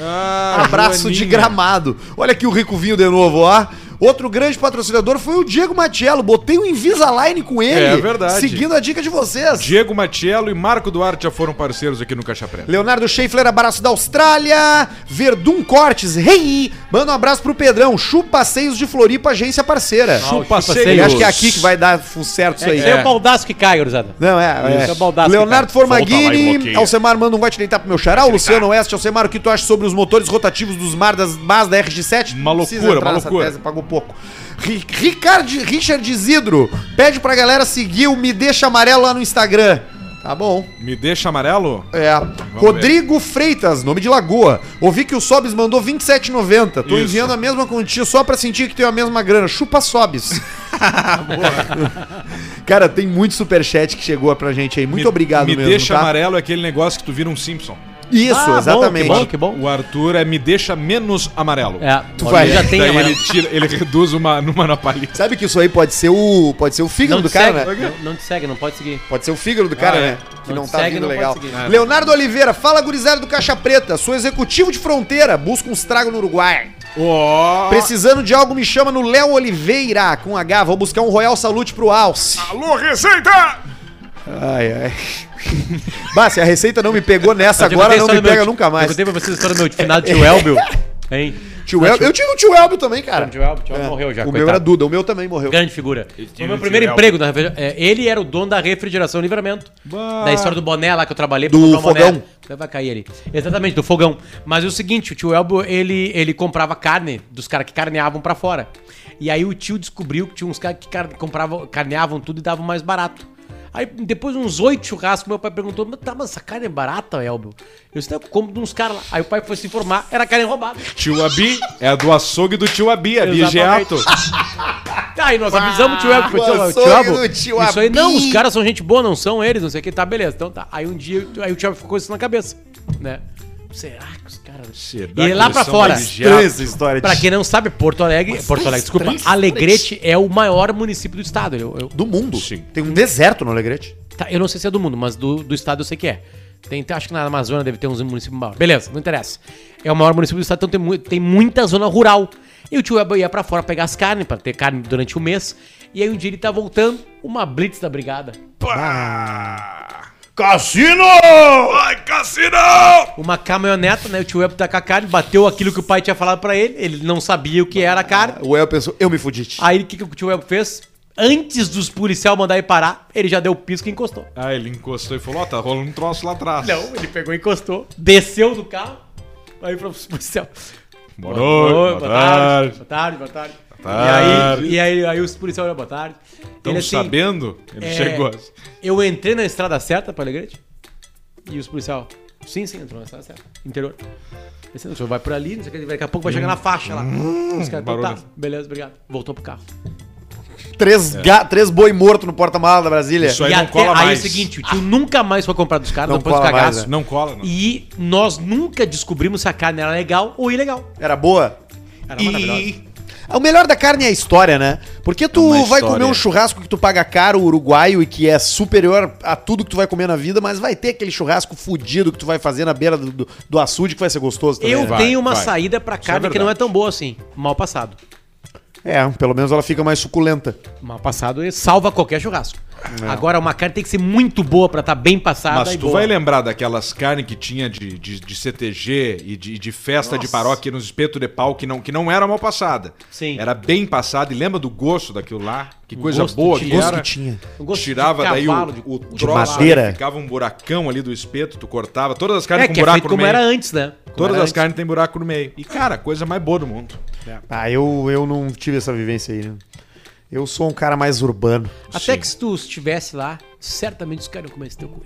Ah, um Abraço Joaninha. de gramado. Olha aqui o Rico Vinho de novo, ó. Outro grande patrocinador foi o Diego Matiello. Botei o Invisalign com ele. É verdade. Seguindo a dica de vocês. Diego Matiello e Marco Duarte já foram parceiros aqui no Caixa Preta. Leonardo Schaefer, abraço da Austrália. Verdun Cortes, hey! Manda um abraço pro Pedrão. Chupa Passeios de Floripa, agência parceira. Ah, o Chupa Chupa Seios. E Seios. acho que é aqui que vai dar fu- certo isso É, aí. é o baldaço que cai, gurizada. Não, é. Isso é. é baldaço, Leonardo cara. Volta lá e Formaghini, bloqueia. Alcemar manda um vai te deitar pro meu xará. O Luciano Oeste, Alcemar, o que tu acha sobre os motores rotativos dos Mardas Mazda RG7? Uma Não precisa loucura, entrar uma nessa loucura. pagou pouco. Ri- Ricard, Richard Isidro, pede pra galera seguir o Me Deixa Amarelo lá no Instagram. Tá bom. Me deixa amarelo? É. Rodrigo Freitas, nome de Lagoa. Ouvi que o Sobis mandou 27,90. Tô Isso. enviando a mesma quantia só pra sentir que tenho a mesma grana. Chupa Sobis. [laughs] [laughs] Cara, tem muito superchat que chegou pra gente aí. Muito Me- obrigado Me mesmo, deixa tá? amarelo é aquele negócio que tu vira um Simpson. Isso, Ah, bom, exatamente. Que bom, que bom. O Arthur é me deixa menos amarelo. É, Tu Maurício vai- já tem, Daí amarelo. ele, tira, ele reduz uma, numa na palheta. Sabe que isso aí pode ser o, pode ser o fígado não, do te cara, né? segue, não, não te segue, não pode seguir. Pode ser o fígado do cara, Ah, é. né? Que não, Não tá segue, vindo não legal. pode seguir. né? Leonardo Oliveira, fala gurizada do Caixa Preta. Sou executivo de fronteira. Busco uns trago no Uruguai. Ó. Precisando de algo, me chama no Léo Oliveira com H. Vou buscar um Royal Salute pro Alce. Alô, Receita! Ai, [laughs] ai. bah, se a receita não me pegou nessa Eu já contei agora, a não história me do meu pega tio- nunca Eu mais. contei pra vocês a história do meu tio finado [laughs] tio Elbio. Hein? Tio Elbio- eu tive um tio Elbio também, cara. Cara, tio Elbio, tio Elbio É. morreu já, O meu era Duda, o meu também morreu. Grande figura. Foi o meu primeiro Tio emprego na refrigeração. Ele era o dono da refrigeração Livramento. Bah. Da história do boné lá que eu trabalhei Do comprar um boné. fogão. Você Vai cair ali. Exatamente, do fogão. Mas é o seguinte, o tio Elbo, ele, ele comprava carne dos caras que carneavam pra fora. E aí o tio descobriu que tinha uns caras que car compravam, carneavam tudo e davam mais barato. Aí depois de uns oito churrascos, meu pai perguntou, "Mas tá, mas essa carne é barata, Elbo? Eu disse, não, eu compro de uns caras lá. Aí o pai foi se informar, era carne roubada. Tio Abi é do açougue do tio Abi, é Abi Exatamente. Geato. Tá, e nós avisamos o tio Elbo. Ah, Tio, sou tio eu Elbo. do tio isso aí, Abi. não, os caras são gente boa, não são eles, não sei o que, tá, beleza. Então tá. Aí um dia, aí o tio Elbo ficou isso na cabeça, né? Será que os caras... Será E ele lá que pra eles são fora. mais geato? história Pra quem não sabe, Porto Alegre, Porto Alegre, desculpa, Alegrete é o maior município do estado. Eu, eu- Do mundo. Sim. Tem um deserto no Alegrete. tá, eu não sei se é do mundo, mas do, do estado eu sei que é. Tem, tem- acho que na Amazônia deve ter uns municípios maiores. Beleza, não interessa. É o maior município do estado, então tem, mu- tem muita zona rural. E o tio Elba ia pra fora pegar as carnes, pra ter carne durante o mês. E aí um dia ele tá voltando, uma blitz da brigada. Cassino! Vai, Ah. Cassino! Uma caminhoneta, né? O tio Elba tá com a carne, bateu aquilo que o pai tinha falado pra ele. Ele não sabia o que era a carne. O El pensou, eu me fudi. Aí o que, que o tio Elbo fez? Antes dos policiais mandar ele parar, ele já deu o pisco e encostou. Ah, ele encostou e falou, ó, tá rolando um troço lá atrás. Não, ele pegou e encostou, desceu do carro, aí pro policial. Boa noite, boa tarde. boa tarde, boa tarde. tarde. E, aí, e aí, aí os policiais olham, boa tarde. assim, Estão sabendo? Ele é, chegou assim. Eu entrei na estrada certa pra Alegrete, e os policiais, sim, sim, entrou na estrada certa, interior. Esse senhor vai por ali, não sei o que, daqui a pouco vai chegar na faixa lá. os caras, então tá, Hum, barulho. beleza, obrigado. Voltou pro carro. Três, ga- três boi morto no porta-mala da Brasília. Isso aí e não até, cola aí mais. é o seguinte, o tio nunca mais foi comprar dos caras, Não depois do cola mais, cagaço. né? Não cola, não. E nós nunca descobrimos se a carne era legal ou ilegal. Era boa? Era Tá maravilhosa. O melhor da carne é a história, né? Porque tu É uma vai história. comer um churrasco que tu paga caro, uruguaio, e que é superior a tudo que tu vai comer na vida, mas vai ter aquele churrasco fudido que tu vai fazer na beira do, do, do açude que vai ser gostoso também. Eu né? Vai, tenho uma vai. saída pra é carne que não é verdade. tão boa assim. Mal passado. É, pelo menos ela fica mais suculenta. Mal passado salva qualquer churrasco. Agora, uma carne tem que ser muito boa pra estar bem passada É. Mas e tu boa. vai lembrar daquelas carnes que tinha de, de, de CTG e de, de festa de paróquia nos espeto de pau que não, que não era mal passada. Sim. Era bem passada. E lembra do gosto daquilo lá? Que coisa gosto boa de- que gosto era. que tinha. Um gosto de Tirava daí o, cavalo, de- o de troço, madeira. ali, ficava um buracão ali do espeto, tu cortava. Todas as carnes É, com que é buraco feito no como meio. era antes, né? Como Todas era as antes. carnes têm buraco no meio. E, cara, coisa mais boa do mundo. Ah, eu, eu não tive essa vivência aí, né? Eu sou um cara mais urbano. Até que se tu estivesse lá, certamente os caras iam comer esse teu cu.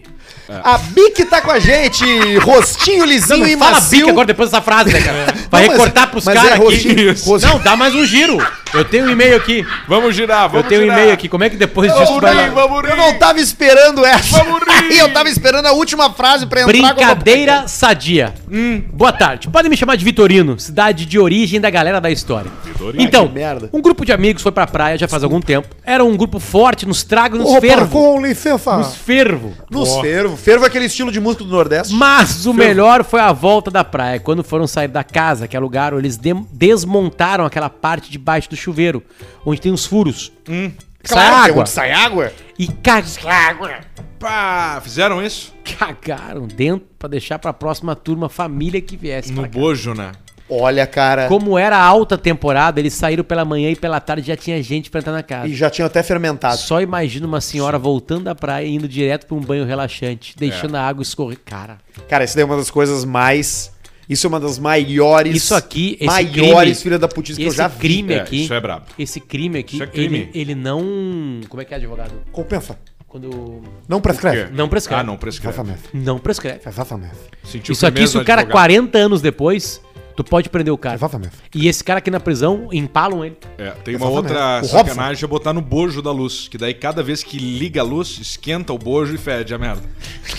A Bic tá com a gente! Rostinho lisinho e fala macio. bica agora depois dessa frase, né, [laughs] cara? Vai Não, mas- recortar pros mas caras é aqui. rostinho, rostinho. Não, dá mais um giro. Eu tenho um e-mail aqui. Vamos girar, Eu vamos tenho um girar. e-mail aqui. Como é que depois disso Vamos vai rir, lá? vamos rir. Eu não tava esperando essa. Vamos rir. [laughs] eu tava esperando a última frase pra entrar Brincadeira sadia. Hum. Boa tarde. Podem me chamar de Vitorino, cidade de origem da galera da história. Ah, Então, que merda. um grupo de amigos foi pra praia já faz algum tempo. Era um grupo forte, nos tragos, nos Opa, fervos. com licença. Nos fervo. Nos fervo. Fervo é aquele estilo de música do Nordeste. Mas o melhor foi a volta da praia. Quando foram sair da casa que alugaram, eles dem- desmontaram aquela parte de baixo do chuveiro, onde tem os furos. Hum. Sai Claro que é água. onde Sai água? E cagaram, Pá, fizeram isso? cagaram dentro pra deixar pra próxima turma, família que viesse. No pra cá. bojo, né? Olha, cara. Como era a alta temporada, eles saíram pela manhã e pela tarde já tinha gente pra entrar na casa. E já tinha até fermentado. Só imagina uma senhora voltando da praia e indo direto pra um banho É. relaxante, deixando a água escorrer. Cara, Cara, isso daí é uma das coisas mais. Isso é uma das maiores. Isso aqui, esse crime- maiores filha da putz que eu esse já vi. crime É, aqui. isso é brabo. Esse crime aqui, Isso é crime. Ele, ele não. Como é que é, advogado? Compensa. Quando. Não prescreve. É, Não prescreve. Ah, não prescreve. Fafamef. Não prescreve. Fafamef. Sentiu Isso aqui, firmeza se o do cara é advogado. 40 anos depois, tu pode prender o cara. Fafamef. E esse cara aqui na prisão, empalam ele. É, tem uma Exatamente. outra O sacanagem é botar no bojo da luz, que daí cada vez que liga a luz, esquenta o bojo e fede a merda.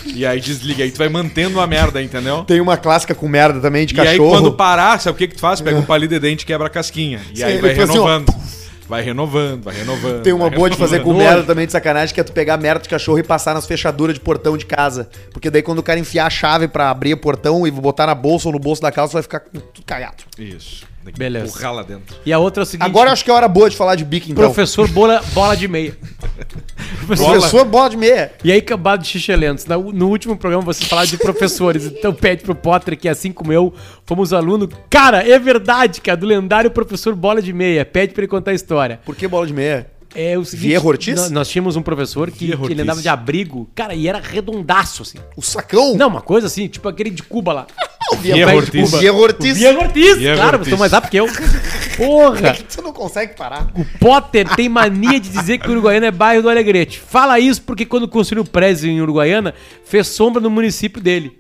E aí desliga, aí tu vai mantendo a merda, entendeu? Tem uma clássica com merda também de E aí cachorro. quando parar, sabe o que que tu faz? Pega um palito de dente e quebra a casquinha. E Sim, aí ele vai faz assim, ó. renovando. Vai renovando, vai renovando. Tem uma vai boa de fazer com renovando. merda também de sacanagem, que é tu pegar merda de cachorro e passar nas fechaduras de portão de casa. Porque daí quando o cara enfiar a chave pra abrir o portão e botar na bolsa ou no bolso da calça, vai ficar tudo cagado. Isso. Tem que Beleza. empurrar lá dentro. E a outra é o seguinte: Agora eu acho que é hora boa de falar de bico, então. professor bola, bola [laughs] de meia. Professor bola de meia. E aí, cambado de xixelentos, na- no último programa você falava de professores, então pede pro Potter, que assim como eu, fomos aluno. Cara, é verdade, cara, do lendário professor Bola de Meia. Pede pra ele contar a história. Por que bola de meia? É o seguinte, Vierro Ortiz? nó- Nós, tínhamos um professor que, Vierro que ele Ortiz. andava de abrigo, cara, e era redondaço, assim. O sacão? Não, uma coisa assim, tipo aquele de Cuba lá. o Vierro Vierro Ortiz. Ortiz. O Vierro Ortiz. [laughs] Vierro Ortiz, Vierro claro, Ortiz. você é mais rápido que eu. Porra! Você não consegue parar. Potter tem mania de dizer que Uruguaiana é bairro do Alegrete. Fala isso porque quando construiu o prédio em Uruguaiana, fez sombra no município dele.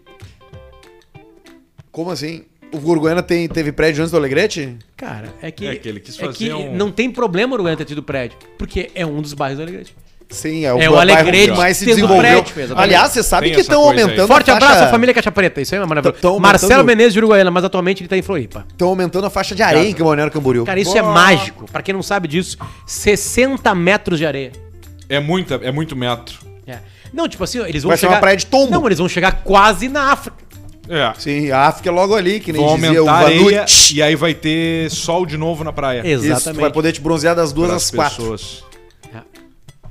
Como assim? O Gorgoiana tem, teve prédio antes do Alegrete? Cara, é que. É que ele quis é fazer que um- não tem problema o Uruguaiana ter tido prédio. Porque é um dos bairros do Alegrete. Sim, é o, É, o bairro Alegrete que mais se tendo desenvolveu. prédio, exatamente. Aliás, você sabe Tem que essa estão coisa aí. aumentando Forte a faixa- abraço à família Caixa Preta. Isso aí é maravilhoso. Tão- tão Marcelo aumentando- Menezes de Uruguaiana, mas atualmente ele tá em Floripa. Estão aumentando a faixa de areia em Camoneiro Camboriú. Cara, isso é mágico. Pra quem não sabe disso, 60 metros de areia. É, muita, é muito metro. É. Não, tipo assim, eles vão Vai ser uma chegar. praia de tombo. Não, eles vão chegar quase na África. É. Sim, a África é logo ali, que nem Vão dizia o aumentar a Vanucci. areia e aí vai ter sol de novo na praia. Isso, tu vai poder te bronzear das duas Pras às quatro. pessoas. É. né?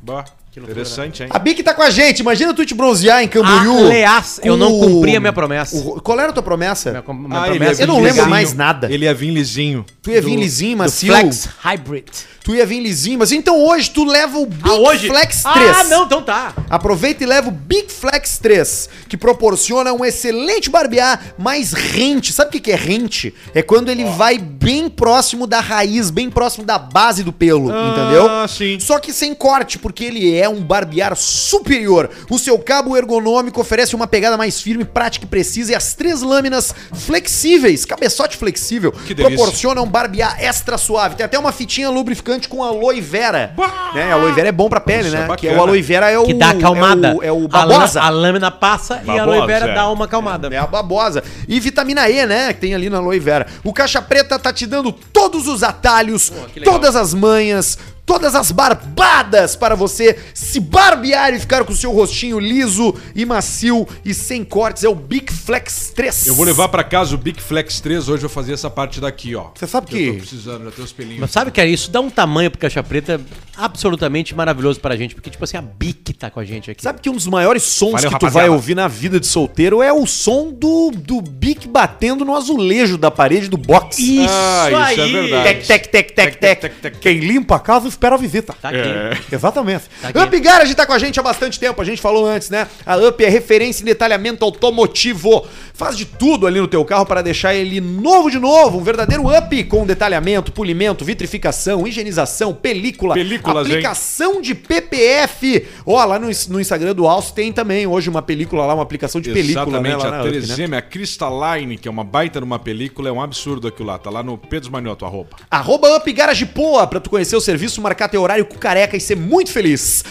Bah, interessante, hein? A Bic tá com a gente, imagina tu te bronzear em Camboriú. Aliás, eu não com cumpri a minha promessa. o- Qual era a tua promessa? Minha, com- minha Ah, ele ia promessa vir eu não lembro lisinho. mais nada. Ele ia vir lisinho. Tu ia vir lisinho, do macio. Flex Hybrid. Tu ia vir lisinho, mas então hoje tu leva o Big Ah, hoje? Flex 3. Ah, não, então tá. Aproveita e leva o Big Flex 3, que proporciona um excelente barbear mais rente. Sabe o que que é rente? É quando ele vai bem Ah, próximo da raiz, bem próximo da base do pelo, Ah, entendeu? sim. Só que sem corte, porque ele é é um barbear superior. O seu cabo ergonômico oferece uma pegada mais firme, prática e precisa e as três lâminas flexíveis, cabeçote flexível, Que delícia. proporcionam um barbear extra suave. Tem até uma fitinha lubrificante com aloe vera. Né? Aloe vera é bom pra pele, Isso é né? bacana. que é o aloe vera é o que dá acalmada. é o, é o a, lã- babosa. a lâmina passa e a aloe Babosa, vera é. dá uma acalmada. É a babosa. E vitamina E, né? Que tem ali na aloe vera. O caixa preta tá te dando todos os atalhos, que legal. todas as manhas, todas as barbadas para você se barbear e ficar com o seu rostinho liso e macio e sem cortes. É o Big Flex 3. Eu vou levar pra casa o Big Flex 3, hoje eu vou fazer essa parte daqui, ó. Você sabe Eu tô que. precisando, já tem os pelinhos. Mas sabe, cara, isso dá um tamanho pro Caixa Preta é absolutamente maravilhoso pra gente. Porque, tipo assim, a BIC tá com a gente aqui. Sabe que um dos maiores sons Valeu, que tu rapaziada. vai ouvir na vida de solteiro é o som do, do bic batendo no azulejo da parede do box. Isso Ah, isso é verdade. Tec, tec, tec, tec, tec. Quem limpa a casa espera a visita. Tá aqui. É. Exatamente. Tá aqui. Up Garage tá com a gente há bastante tempo, a gente falou antes, né? A Up é referência em detalhamento automotivo. Faz de tudo ali no teu carro para deixar ele novo de novo, um verdadeiro Up com detalhamento, polimento, vitrificação, higienização, película, Películas, hein? aplicação de PPF. Ó, lá no, no Instagram do Alce tem também hoje uma película lá, uma aplicação de película, né? Exatamente, Lá na a Up, né? Teresema, a Crystalline, que é uma baita numa película, é um absurdo aquilo lá. Tá lá no Pedro Manioto, arroba. Arroba Up Garage Poa pra tu conhecer o serviço, marcar teu horário com careca e ser muito feliz.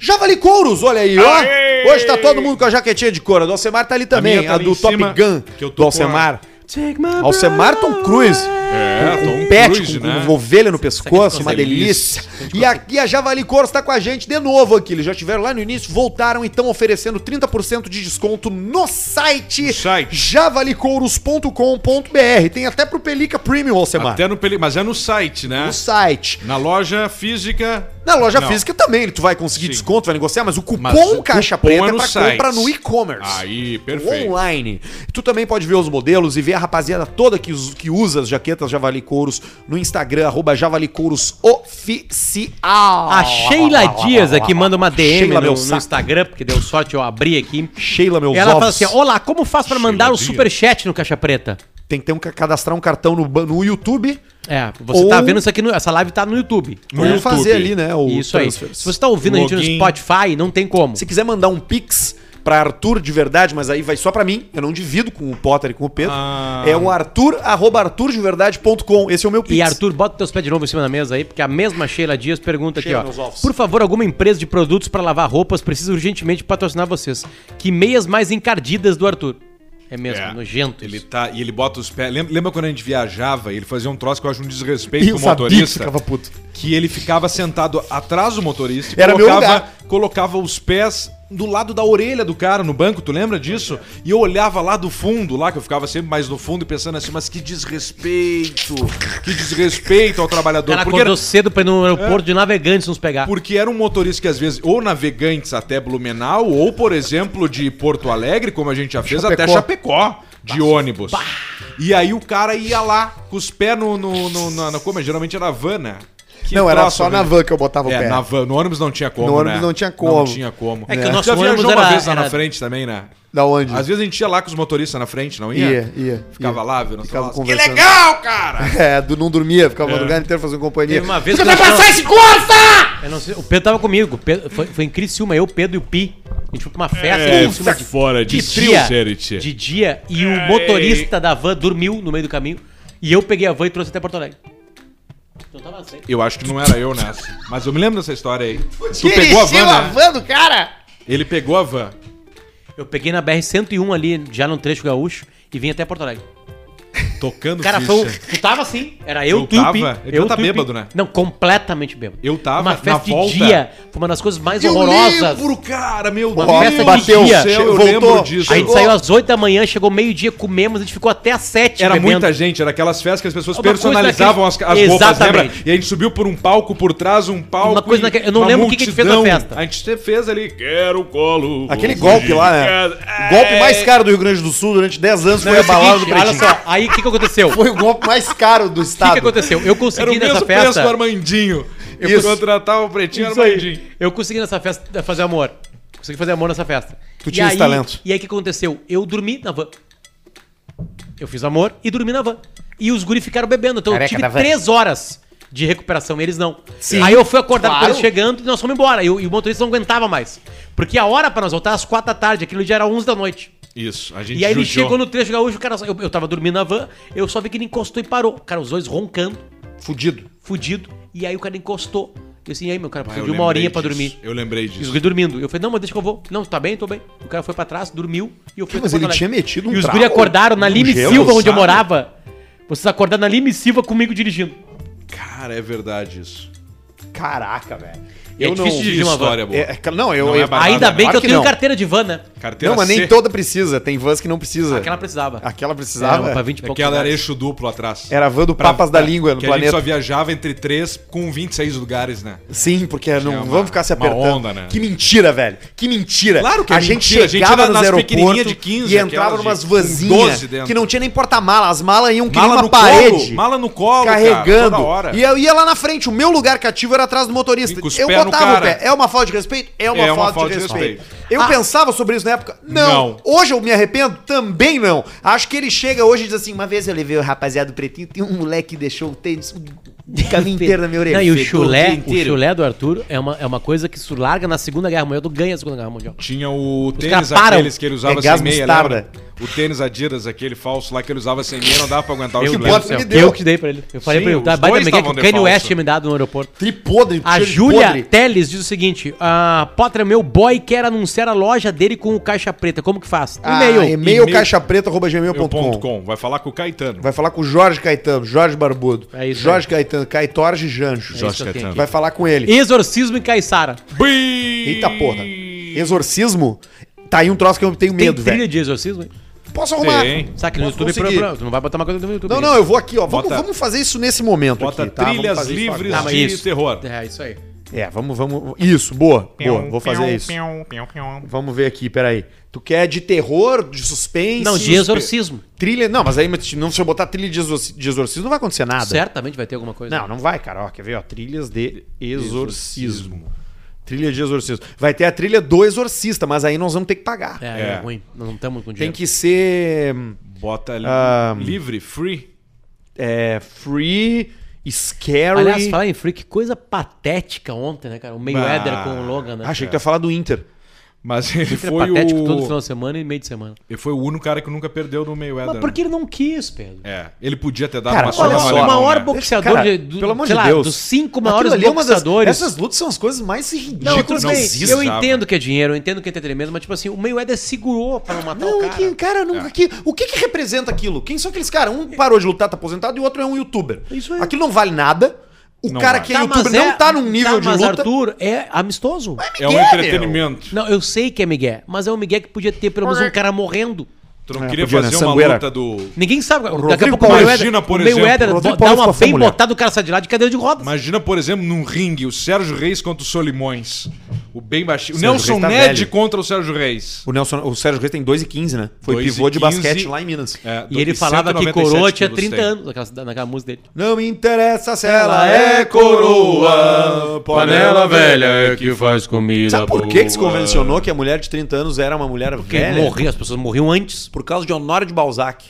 Javali Couros, olha aí, ó. Aê! Hoje tá todo mundo com a jaquetinha de couro. A do Alcemar tá ali também, minha tá a ali do em Top cima, Gun. que eu tô do com Alcemar. Take my Alcemar Tom Cruise. É, com um Tom pet Cruise, com, né? com ovelha no pescoço, consegue. uma delícia. E a, e a Javali Coros tá com a gente de novo aqui. Eles já estiveram lá no início, voltaram e estão oferecendo 30% de desconto no site, No site. javalicouros.com.br. Tem até pro Pelica Premium, Alcemar. Até no peli... Mas é no site, né? No site. Na loja física. Na loja Não. física também, tu vai conseguir Sim. desconto, vai negociar, mas o cupom Mas o Caixa cupom Preta é é no pra site. compra no e-commerce. Aí, perfeito. Online. Tu também pode ver os modelos e ver a rapaziada toda que, us- que usa as jaquetas Javali Couros no Instagram, arroba Javali Couros Oficial. A Sheila Dias aqui manda uma DM Sheila, no, meu no saco. Instagram, porque deu sorte, eu abri aqui. Sheila, meus Ela fala ovos. assim: Olá, como faço pra mandar o Dias. superchat no Caixa Preta? Tem que ter um, ca- cadastrar um cartão no, ban- no YouTube. É, você Ou- tá vendo isso aqui, no- essa live tá no YouTube. No Vamos YouTube. fazer ali, né? O Isso aí. Se transfers. você tá ouvindo a gente Login. no Spotify, não tem como. Se quiser mandar um pix pra Arthur de verdade, mas aí vai só pra mim, eu não divido com o Potter e com o Pedro. Ah. É o Arthur, arroba arturdeverdade.com. Esse é o meu pix. E Arthur, bota teus pés de novo em cima da mesa aí, porque a mesma Sheila Dias pergunta Sheila, aqui, meus ó. ovos. Por favor, alguma empresa de produtos pra lavar roupas precisa urgentemente patrocinar vocês. Que meias mais encardidas do Arthur. É mesmo, É. nojento. Ele isso. tá. E ele bota os pés. Lembra, lembra quando a gente viajava e ele fazia um troço que eu acho um desrespeito E com o o Sabia que motorista? ficava puto. Que ele ficava sentado atrás do motorista e Era meu colocava, lugar. colocava os pés do lado da orelha do cara no banco, tu lembra disso? E eu olhava lá do fundo, lá, que eu ficava sempre mais no fundo e pensando assim, mas que desrespeito! Que desrespeito ao O trabalhador. cara Porque era- acordou cedo pra ir no aeroporto É. de navegantes nos pegar. Porque era um motorista que às vezes, ou navegantes até Blumenau, ou, por exemplo, de Porto Alegre, como a gente já fez, até Chapecó. Chapecó, de ônibus. E aí o cara ia lá, com os pés no. no, no- na, na- como é? Geralmente era van, né? Que Não, era troço, só na né? van que eu botava o É, pé. na van. No ônibus não tinha como. No ônibus né? não tinha como. Não tinha como. É que o nosso Já viajou ônibus uma era- vez lá na era- frente também, né? Da onde? Às vezes a gente ia lá com os motoristas na frente, não ia? Ia, ia, Ficava ia. lá, vendo Ficava troço. Que conversando. legal, cara! É, do não dormia, ficava a madrugada inteira fazendo companhia. Teve uma vez Você que vai nós passar tava- esse tá? corta! Eu não sei, o Pedro tava comigo. o Pedro- foi, foi em Criciúma, eu, Pedro e o Pi. A gente foi pra uma festa É, em Criciúma tá fora de dia, série, tia. de dia e o motorista da van dormiu no meio do caminho. E eu peguei a van e trouxe até Porto Alegre. Então tava assim. Eu acho que não era eu nessa. Mas eu me lembro dessa história aí. Tu Dirigiu pegou a van, né? do cara! Ele pegou a van. Eu peguei na BR-101 ali, já no trecho gaúcho, e vim até Porto Alegre. Tocando Cara, ficha. foi um, tu tava assim, era eu, Eu tu e o tava? Pi. Ele Eu, não tá tu e o Pi. bêbado, né? Não, completamente bêbado. Eu tava, Uma na festa volta. de dia, foi uma das coisas mais Eu horrorosas. lembro, cara, meu Uma Deus festa de do dia. céu, eu Voltou. lembro disso. A gente saiu às 8 da manhã, chegou meio-dia, comemos, a gente ficou até às 7 Era bebendo. muita gente, era aquelas festas que as pessoas Uma coisa personalizavam as, as daquele- roupas, lembra? Exatamente. E a gente subiu por um palco, por trás, um palco. Uma coisa e daquele- eu não uma lembro o que que a gente fez na multidão. festa. A gente fez ali, quero colo. É, Aquele golpe lá, né? O golpe mais caro do Rio Grande do Sul durante 10 anos foi É a o balada do seguinte, olha Pretinho. só, aí o que, que aconteceu? O Foi o golpe mais caro do que, estado. que aconteceu? Eu Era o consegui nessa mesmo preço do festa. Armandinho. Eu Isso. contratava o Pretinho Isso aí. Armandinho. Eu consegui nessa festa eh, fazer amor. Consegui fazer amor nessa festa. Tu tinha esse aí, talento. E aí o que aconteceu? Eu dormi na van. Eu fiz amor e dormi na van. E os guri ficaram bebendo. Então eu tive três horas de recuperação, eles não. Aí eu fui acordado Claro. com eles chegando e nós fomos embora. E, o- e o motorista não aguentava mais. Porque a hora pra nós voltar era às quatro da tarde, aquele dia era 11 da noite. Isso, a gente E aí ele judiou. chegou no trecho gaúcho, o cara, eu, eu tava dormindo na van, eu só vi que ele encostou e parou. Cara, os dois roncando, Fudido. fudido. E aí o cara encostou. Eu assim, e aí meu Ah, cara, eu preciso de uma lembrei horinha pra disso, dormir. Eu lembrei E os disso. guri dormindo. Eu falei, não, mas deixa que eu vou. Não, tá bem, tô bem. O cara foi pra trás, dormiu e eu fui Mas pra ele Porto tinha Alegre. metido um E os trago, guri acordaram na um Lime gelo, Silva, onde eu sabe? morava. Vocês acordaram na Lime Silva comigo dirigindo. Cara, é verdade isso. Caraca, velho. E é Eu não difícil vi dirigir uma van. história boa. É, é, não, eu. Não é eu- barato, Ainda né? bem Claro que que eu tenho não. carteira de van, né? Carteira não, mas C. nem toda precisa. Tem vans que não precisa. Aquela precisava. Aquela Era Ah, precisava. uma pra 20 e poucos Aquela era lugares. eixo duplo atrás. Era a van do Pra- Papas da Língua no que planeta. A gente só viajava entre três com 26 lugares, né? Sim, porque não é uma- vamos ficar se uma apertando. onda, né? Que mentira, velho. Que mentira. Claro que é a gente mentira. A gente chegava era nos nas pequenininha aeroportos de 15, e entrava aquelas de- numas com 12 vanzinhas dentro. que não tinha nem porta-mala. As malas iam que nem Mala uma no parede. colo, mala no colo, cara, Carregando. toda hora. E eu ia lá na frente. O meu lugar cativo era atrás do motorista. E com os Eu pés no botava o cara. pé. É uma falta de respeito? É uma, falta, de respeito. Eu Ah. pensava sobre isso na época? Não. Não. Hoje eu me arrependo? Também não. Acho que ele chega hoje e diz assim: uma vez eu levei o rapaziada do pretinho, tem um moleque que deixou o tênis [laughs] o caminho inteiro na minha orelha. Não, e o Fedor dia chulé, o inteiro. chulé do Arthur é uma, é uma coisa que se larga na Segunda Guerra Mundial, tu ganha a Segunda Guerra Mundial. Tinha o caras tênis param. aqueles que ele usava É sem gás meia, mostarda. lembra? O tênis Adidas, aquele falso lá que ele usava sem meia, não dava pra aguentar o Meu chulé. Deus do bota céu. me deu. Eu que te dei pra ele. Eu falei Sim, pra ele, os tá, baita dois migué que estavam o de Kanye falso. West tinha me dado no aeroporto. Tripodre, A Júlia Teles diz o seguinte: a Potter, meu boy, quer anunciar a loja dele com o Caixa Preta. Como que faz? E-mail. Ah, e-mail e-mail. Eu ponto caixapreta.gmail.com. com. Vai falar com o Caetano. Vai falar com o Jorge Caetano, Jorge Barbudo. É isso aí. Jorge Caetano, Caitorge Janjo. Jorge isso que eu tenho Vai falar com ele. Exorcismo em Caiçara. Eita porra. Exorcismo? Tá aí um troço que eu tenho Tem medo, trilha velho. de exorcismo? hein? Posso arrumar? Tem. Sabe que no Posso YouTube conseguir. pro- pro- tu não vai botar uma coisa no YouTube. né? Não, não, eu vou aqui, ó. Vamos, Bota- vamos fazer isso nesse momento. Bota aqui, tá? Vamos trilhas fazer isso livres agora. mas de isso. terror. É, isso aí. É, vamos, vamos. Isso, boa, boa. Vou fazer isso. Vamos ver aqui, peraí. Tu quer de terror, de suspense? Não, de exorcismo. Trilha. Não, mas aí mas não, se eu botar trilha de, exor- de exorcismo, não vai acontecer nada. Certamente vai ter alguma coisa. Não, não vai, cara. Ó, quer ver? Ó, trilhas de exorcismo. Trilha de exorcismo. Vai ter a trilha do exorcista, mas aí nós vamos ter que pagar. É, é. É. ruim. Nós não estamos com Tem dinheiro. que ser Bota ali. Ah. livre, free. é, free, scary. Aliás, falar em Free, que coisa patética ontem, né, cara? O Mayweather Bah. com o Logan, né? Achei que tu ia falar do Inter. Mas ele Inter foi é patético todo final o... de semana e meio de semana. Ele foi o único cara que nunca perdeu no Mayweather. Mas né? por que ele não quis, Pedro? É, ele podia ter dado Cara, uma Só Olha surra no na só, o alemão, maior né? boxeador Cara, de, do, pelo amor sei de lá, Deus. dos cinco Aquilo maiores ali é uma das- boxeadores. essas lutas são as coisas mais ridículas. Não, Dito tudo não bem. existe, eu sabe? entendo que é dinheiro, eu entendo que é entretenimento, mas tipo assim, o Mayweather segurou pra não matar o Não, é cara. que, cara, não, que- o que que representa aquilo? Quem são aqueles caras? Um parou de lutar, tá aposentado, e o outro é um youtuber. Isso aí. Aquilo não vale nada. O Não cara vale. que é youtuber mas não tá num nível mas de luta. Arthur é amistoso. É um Miguel, entretenimento. Não, eu sei que é Miguel, mas é um Miguel que podia ter pelo menos um cara morrendo. Tu não É, queria podia, né? fazer uma Sangueira. luta do... Ninguém sabe. Daqui a Rodrigo pouco o Paulista. Mayweather, Imagina, por o Mayweather exemplo, Rodrigo dá Paulista uma com a sua bem mulher. botada, o cara sai de lá de cadeira de rodas. Imagina, por exemplo, num ringue, o Sérgio Reis contra o Solimões. O bem baixinho. O Sérgio Nelson Reis tá Ned velho. contra o Sérgio Reis. O, Nelson, o Sérgio Reis tem 2,15, né? Foi 2,15. pivô de basquete lá em Minas. É, do- E ele falava que 197 coroa tinha quilos 30 tem. anos, naquela, naquela música dele. Não me interessa se ela ela é é coroa, coroa, panela panela velha. é Velha que faz comida. Sabe por que, que se convencionou que a mulher de 30 anos era uma mulher Porque velha? morria, as pessoas morriam antes. Por causa de Honório de Balzac.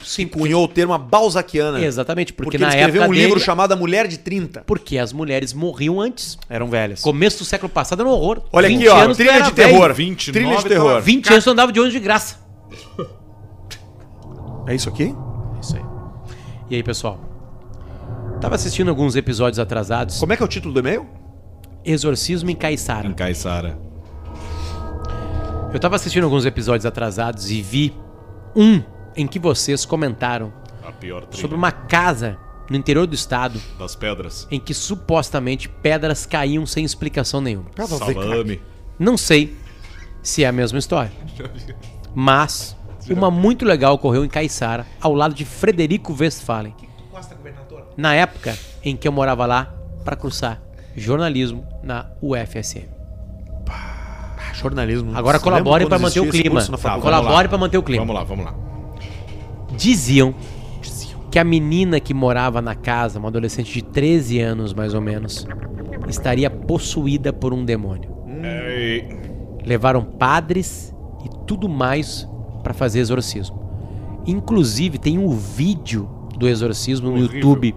Sim, porque- Cunhou o termo a balzaquiana. Exatamente, porque, um, né? Porque, na ele escreveu época um livro dele- chamado A Mulher de 30. Porque as mulheres morriam antes. Eram velhas. Começo do século passado era um horror. Olha 20 aqui, ó. anos tu Trilha era de terror. velho. 29 Trilha de tava- terror. 20 anos tu andava de ônibus de graça. É isso aqui? É Isso aí. E aí, pessoal? Tava assistindo alguns episódios atrasados. Como é que é o título do e-mail? Exorcismo em Caiçara. Em Caiçara. Eu tava assistindo alguns episódios atrasados e vi um em que vocês comentaram A pior trilha sobre uma casa no interior do estado das pedras. em que supostamente pedras caíam sem explicação nenhuma. Salame. Não sei se é a mesma história. Mas uma muito legal ocorreu em Caiçara, ao lado de Frederico Westphalen. Na época em que eu morava lá para cursar jornalismo na UFSM. Ah, jornalismo. Agora Você colabore lembra para quando manter o existia esse clima. curso na Tá, faculdade? colabore para manter o clima. Vamos lá, vamos lá. Diziam que a menina que morava na casa, uma adolescente de 13 anos mais ou menos, estaria possuída por um demônio. Levaram padres e tudo mais pra fazer exorcismo. Inclusive, tem um vídeo do exorcismo no Horrível. YouTube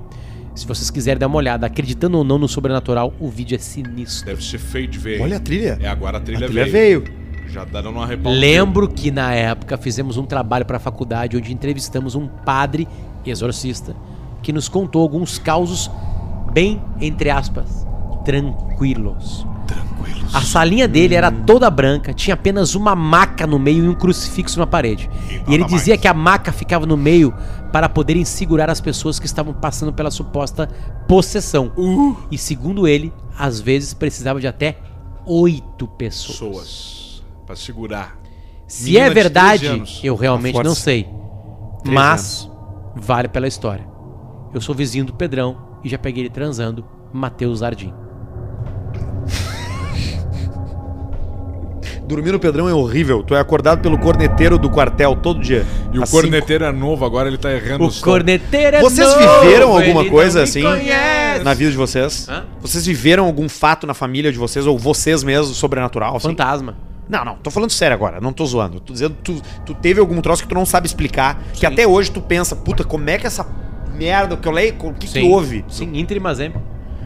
Se vocês quiserem dar uma olhada, acreditando ou não no sobrenatural, o vídeo é sinistro. Deve ser feio de ver. hein? Olha a trilha. É, agora a trilha, a trilha veio. veio. Já tá dando uma repaulada. Lembro que na época fizemos um trabalho para a faculdade onde entrevistamos um padre exorcista que nos contou alguns causos bem, entre aspas, tranquilos. Tranquilos. A salinha dele era toda branca, tinha apenas uma maca no meio e um crucifixo na parede. E ele nada dizia mais. que a maca ficava no meio para poderem segurar as pessoas que estavam passando pela suposta possessão. E segundo ele, às vezes precisava de até oito Pessoas. Pra segurar. se Menina é de verdade, 13 anos. eu realmente Força. não sei. Mas vale pela história. Eu sou vizinho do Pedrão e já peguei ele transando, Matheus Zardim. Dormir no Pedrão é horrível. Tu é acordado pelo corneteiro do quartel todo dia. E o Tá Às cinco. corneteiro é novo, agora ele tá errando O os tom. corneteiro é Vocês novo, viveram ele alguma não coisa me assim conhece. na vida de vocês? Hã? Vocês viveram algum fato na família de vocês ou vocês mesmos sobrenatural? assim? Fantasma. Não, não, tô falando sério agora, não tô zoando. Tô dizendo que tu, tu teve algum troço que tu não sabe explicar, que Sim. até hoje tu pensa, puta, como é que essa merda que eu leio, o que que Sim. houve? Sim, entre Mazembe.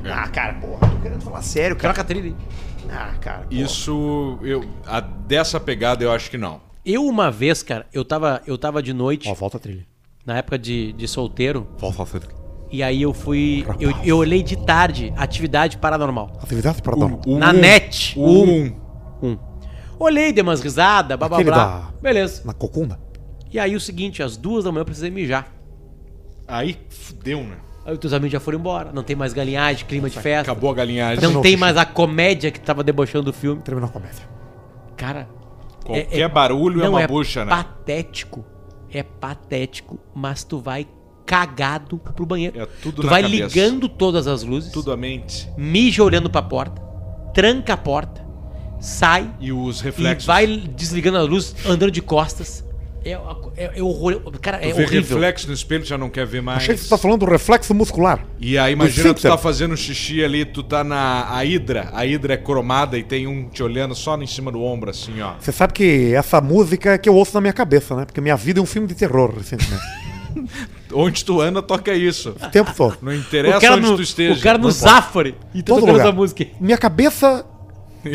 Ah, cara, porra, tô querendo falar sério, cara. Troca a trilha. aí. Ah, cara. porra. Isso, eu, a- dessa pegada eu acho que não. Eu uma vez, cara, eu tava, eu tava de noite, Ó, volta a trilha. na época de, de solteiro, Volta a trilha. e aí eu fui. Eu, eu olhei de tarde, atividade paranormal. Atividade para O Na um, net. O um. Um. Olhei, dei umas risadas, blá blá Aquele blá. da- Beleza. Na cocunda? E aí o seguinte, às duas da manhã eu precisei mijar. Aí fudeu, né? Aí os teus amigos já foram embora, não tem mais galinhagem, clima de festa. Acabou a galinhagem. Não Não, tem xixi. mais a comédia que tava debochando do filme. Terminou a comédia. Cara, Qualquer barulho é não uma bucha, né? patético. É patético, mas tu vai cagado pro banheiro. É tudo tu na vai cabeça. ligando todas as luzes, Tudo a mente mija olhando pra porta, tranca a porta, sai e os reflexos. e vai desligando a luz, andando de costas. É, é, é horror. Cara, Tu é vê horrível. reflexo no espelho, já não quer ver mais. Achei que tu tá falando do reflexo muscular. E aí imagina tu Simpsons. tá fazendo xixi ali, tu tá na a hidra, a hidra é cromada e tem um te olhando só em cima do ombro assim, ó. Você sabe que essa música é que eu ouço na minha cabeça, né? Porque minha vida é um filme de terror [laughs] recentemente. Onde tu anda, toca isso. O tempo todo. Não interessa o cara onde no, tu esteja. O cara no Não Zafari e tá Todo tocando lugar. essa música. Minha cabeça.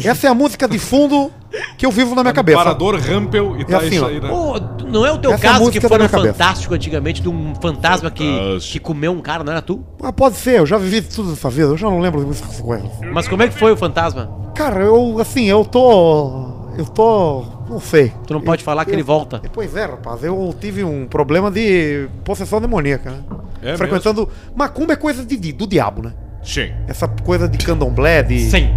Essa é a música de fundo que eu vivo na minha Tá importa. cabeça. Parador rampel e tá assim, isso ó. aí, né? Pô, tu- não é o teu Essa caso música que foi da no minha cabeça. Fantástico antigamente de um fantasma que, Fantástico. que comeu um cara, não era tu? Ah, pode ser, eu já vivi tudo nessa vida, eu já não lembro dessas coisas. Mas como é que foi o fantasma? Cara, eu, assim, eu tô. Eu tô. Não sei. Tu não pode falar que ele volta. Pois é, rapaz, eu tive um problema de possessão demoníaca, né? É Frequentando. Macumba é coisa de, de- do diabo, né? Sim. Essa coisa de candomblé, de. Sim.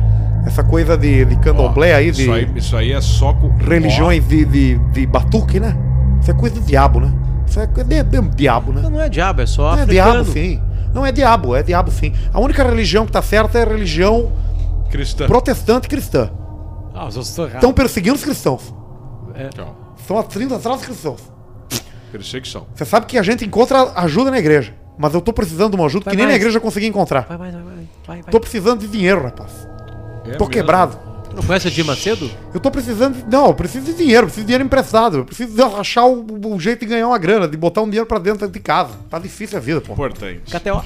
Essa coisa de, de candomblé aí, de Isso aí, isso aí é só com religiões de, de, de batuque, né? Isso é coisa do diabo, né? Isso é coisa de, de diabo, né? Não é diabo, é só Não é africano. diabo, sim. Não é diabo, é diabo, sim. A única religião que tá certa é a religião Ó, cristã. protestante cristã. Ah, os outros estão errados. Estão perseguindo os cristãos. Então, São as trilhas atrás dos cristãos. perseguição. Você sabe que a gente encontra ajuda na igreja. Mas eu tô precisando de uma ajuda Vai que nem na mais. igreja eu consegui encontrar. Vai, vai, vai, vai, vai, vai. Tô precisando de dinheiro, rapaz. É tô mesmo? quebrado. Tu não conhece o Dima Cedo? Eu tô precisando. De... Não, eu preciso de dinheiro, eu preciso de dinheiro emprestado. Eu preciso de achar o, o jeito de ganhar uma grana, de botar um dinheiro pra dentro de casa. Tá difícil a vida, pô. Importante. KTO.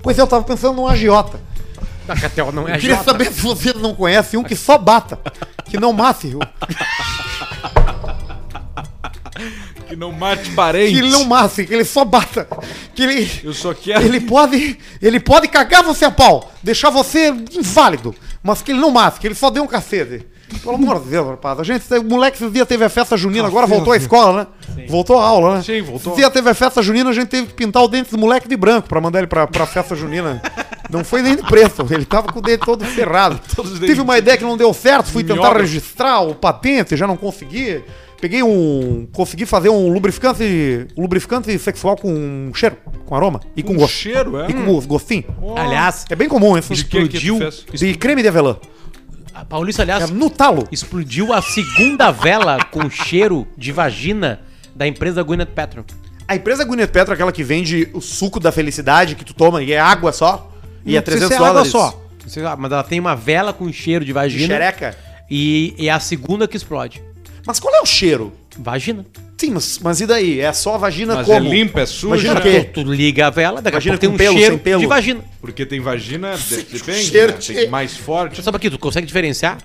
Pois é, eu tava pensando num agiota. Não, KTO não é Eu queria agiota. saber se você não conhece um que só bata, que não mate, Que não mate parente. que ele não mate, que ele só bata, que ele Eu só quero ele pode ele pode cagar você a pau, deixar você inválido, mas que ele não mate, que ele só dê um cacete. Pelo amor de Deus, rapaz. A gente, o moleque esse dia teve a festa junina, agora voltou à escola, né? Voltou à aula, né? Sim, voltou. Esse dia teve a festa junina, a gente teve que pintar o dente do moleque de branco pra mandar ele pra, pra festa junina. Não foi nem de preto, ele tava com o dente todo ferrado. [laughs] Todos os Tive dentes. uma ideia que não deu certo, fui tentar Minhoca. registrar o patente, já não consegui. Peguei um. Consegui fazer um lubrificante. um lubrificante sexual com cheiro, com aroma e com um gosto. cheiro, é? E com gosto, gostinho. Aliás, É bem comum isso. De que que tu explodiu. fez? De creme de avelã. a Paulista, aliás, É no talo. explodiu a segunda vela [laughs] com cheiro de vagina da empresa Gwyneth Paltrow. A empresa Gwyneth Petro, aquela que vende o suco da felicidade que tu toma e é água só. E é 300 dólares. só. ah, Mas ela tem uma vela com cheiro de De vagina. xereca. E, e é a segunda que explode. Mas qual é o cheiro? Vagina. Sim, mas, mas e daí? É só a vagina Mas como? é limpa, é suja. Imagina que- Tu, tu liga a vela, daqui a Vagina pouco tem com um pelo, cheiro sem pelo. de vagina. Porque tem vagina, de- depende, cheiro né? de- Tem mais forte. Só pra aqui, tu consegue diferenciar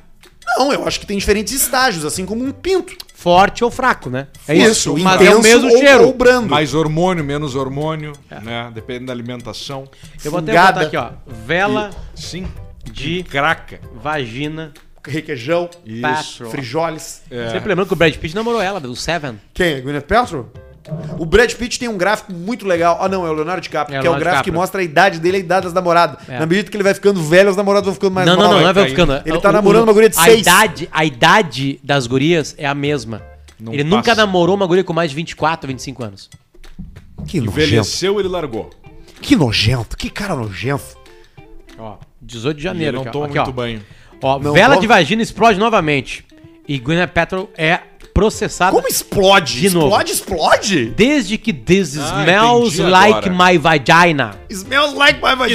Não, eu acho que tem diferentes estágios, assim como um pinto. forte ou fraco, né? É Isso, isso. Mas é intenso o mesmo ou- cheiro. ou brando. Mais hormônio, menos hormônio, né? Depende da alimentação. Eu vou até Fungada. botar aqui, ó. Vela Sim. de Craca. vagina. Requeijão, Isso. É. frijoles. Sempre lembrando que o Brad Pitt namorou ela, do Seven. Quem? Gwyneth Paltrow? O Brad Pitt tem um gráfico muito legal. Ah, não, é o Leonardo DiCaprio, É, que é o Leonardo gráfico que DiCaprio. mostra a idade dele e a idade das namoradas. É. Na medida que ele vai ficando velho, as namoradas vão ficando mais não, não, novas. não, não é vai vai ficando. Ele tá namorando uma guria de a seis. Idade, a idade das gurias é a mesma. Não ele passa. nunca namorou uma guria com mais de 24, 25 anos. Que nojento. Envelheceu, ele largou. Que nojento. Que cara nojento. Ó, 18 ele de janeiro. não aqui, ó. toma Aqui, muito ó. banho. Ó, Não vela toma. de vagina explode novamente. E Gwyneth Paltrow é processada Como explode? De novo. Explode, explode? desde que this Ah, smells entendi like agora. my vagina. Smells like my Ah. Tem que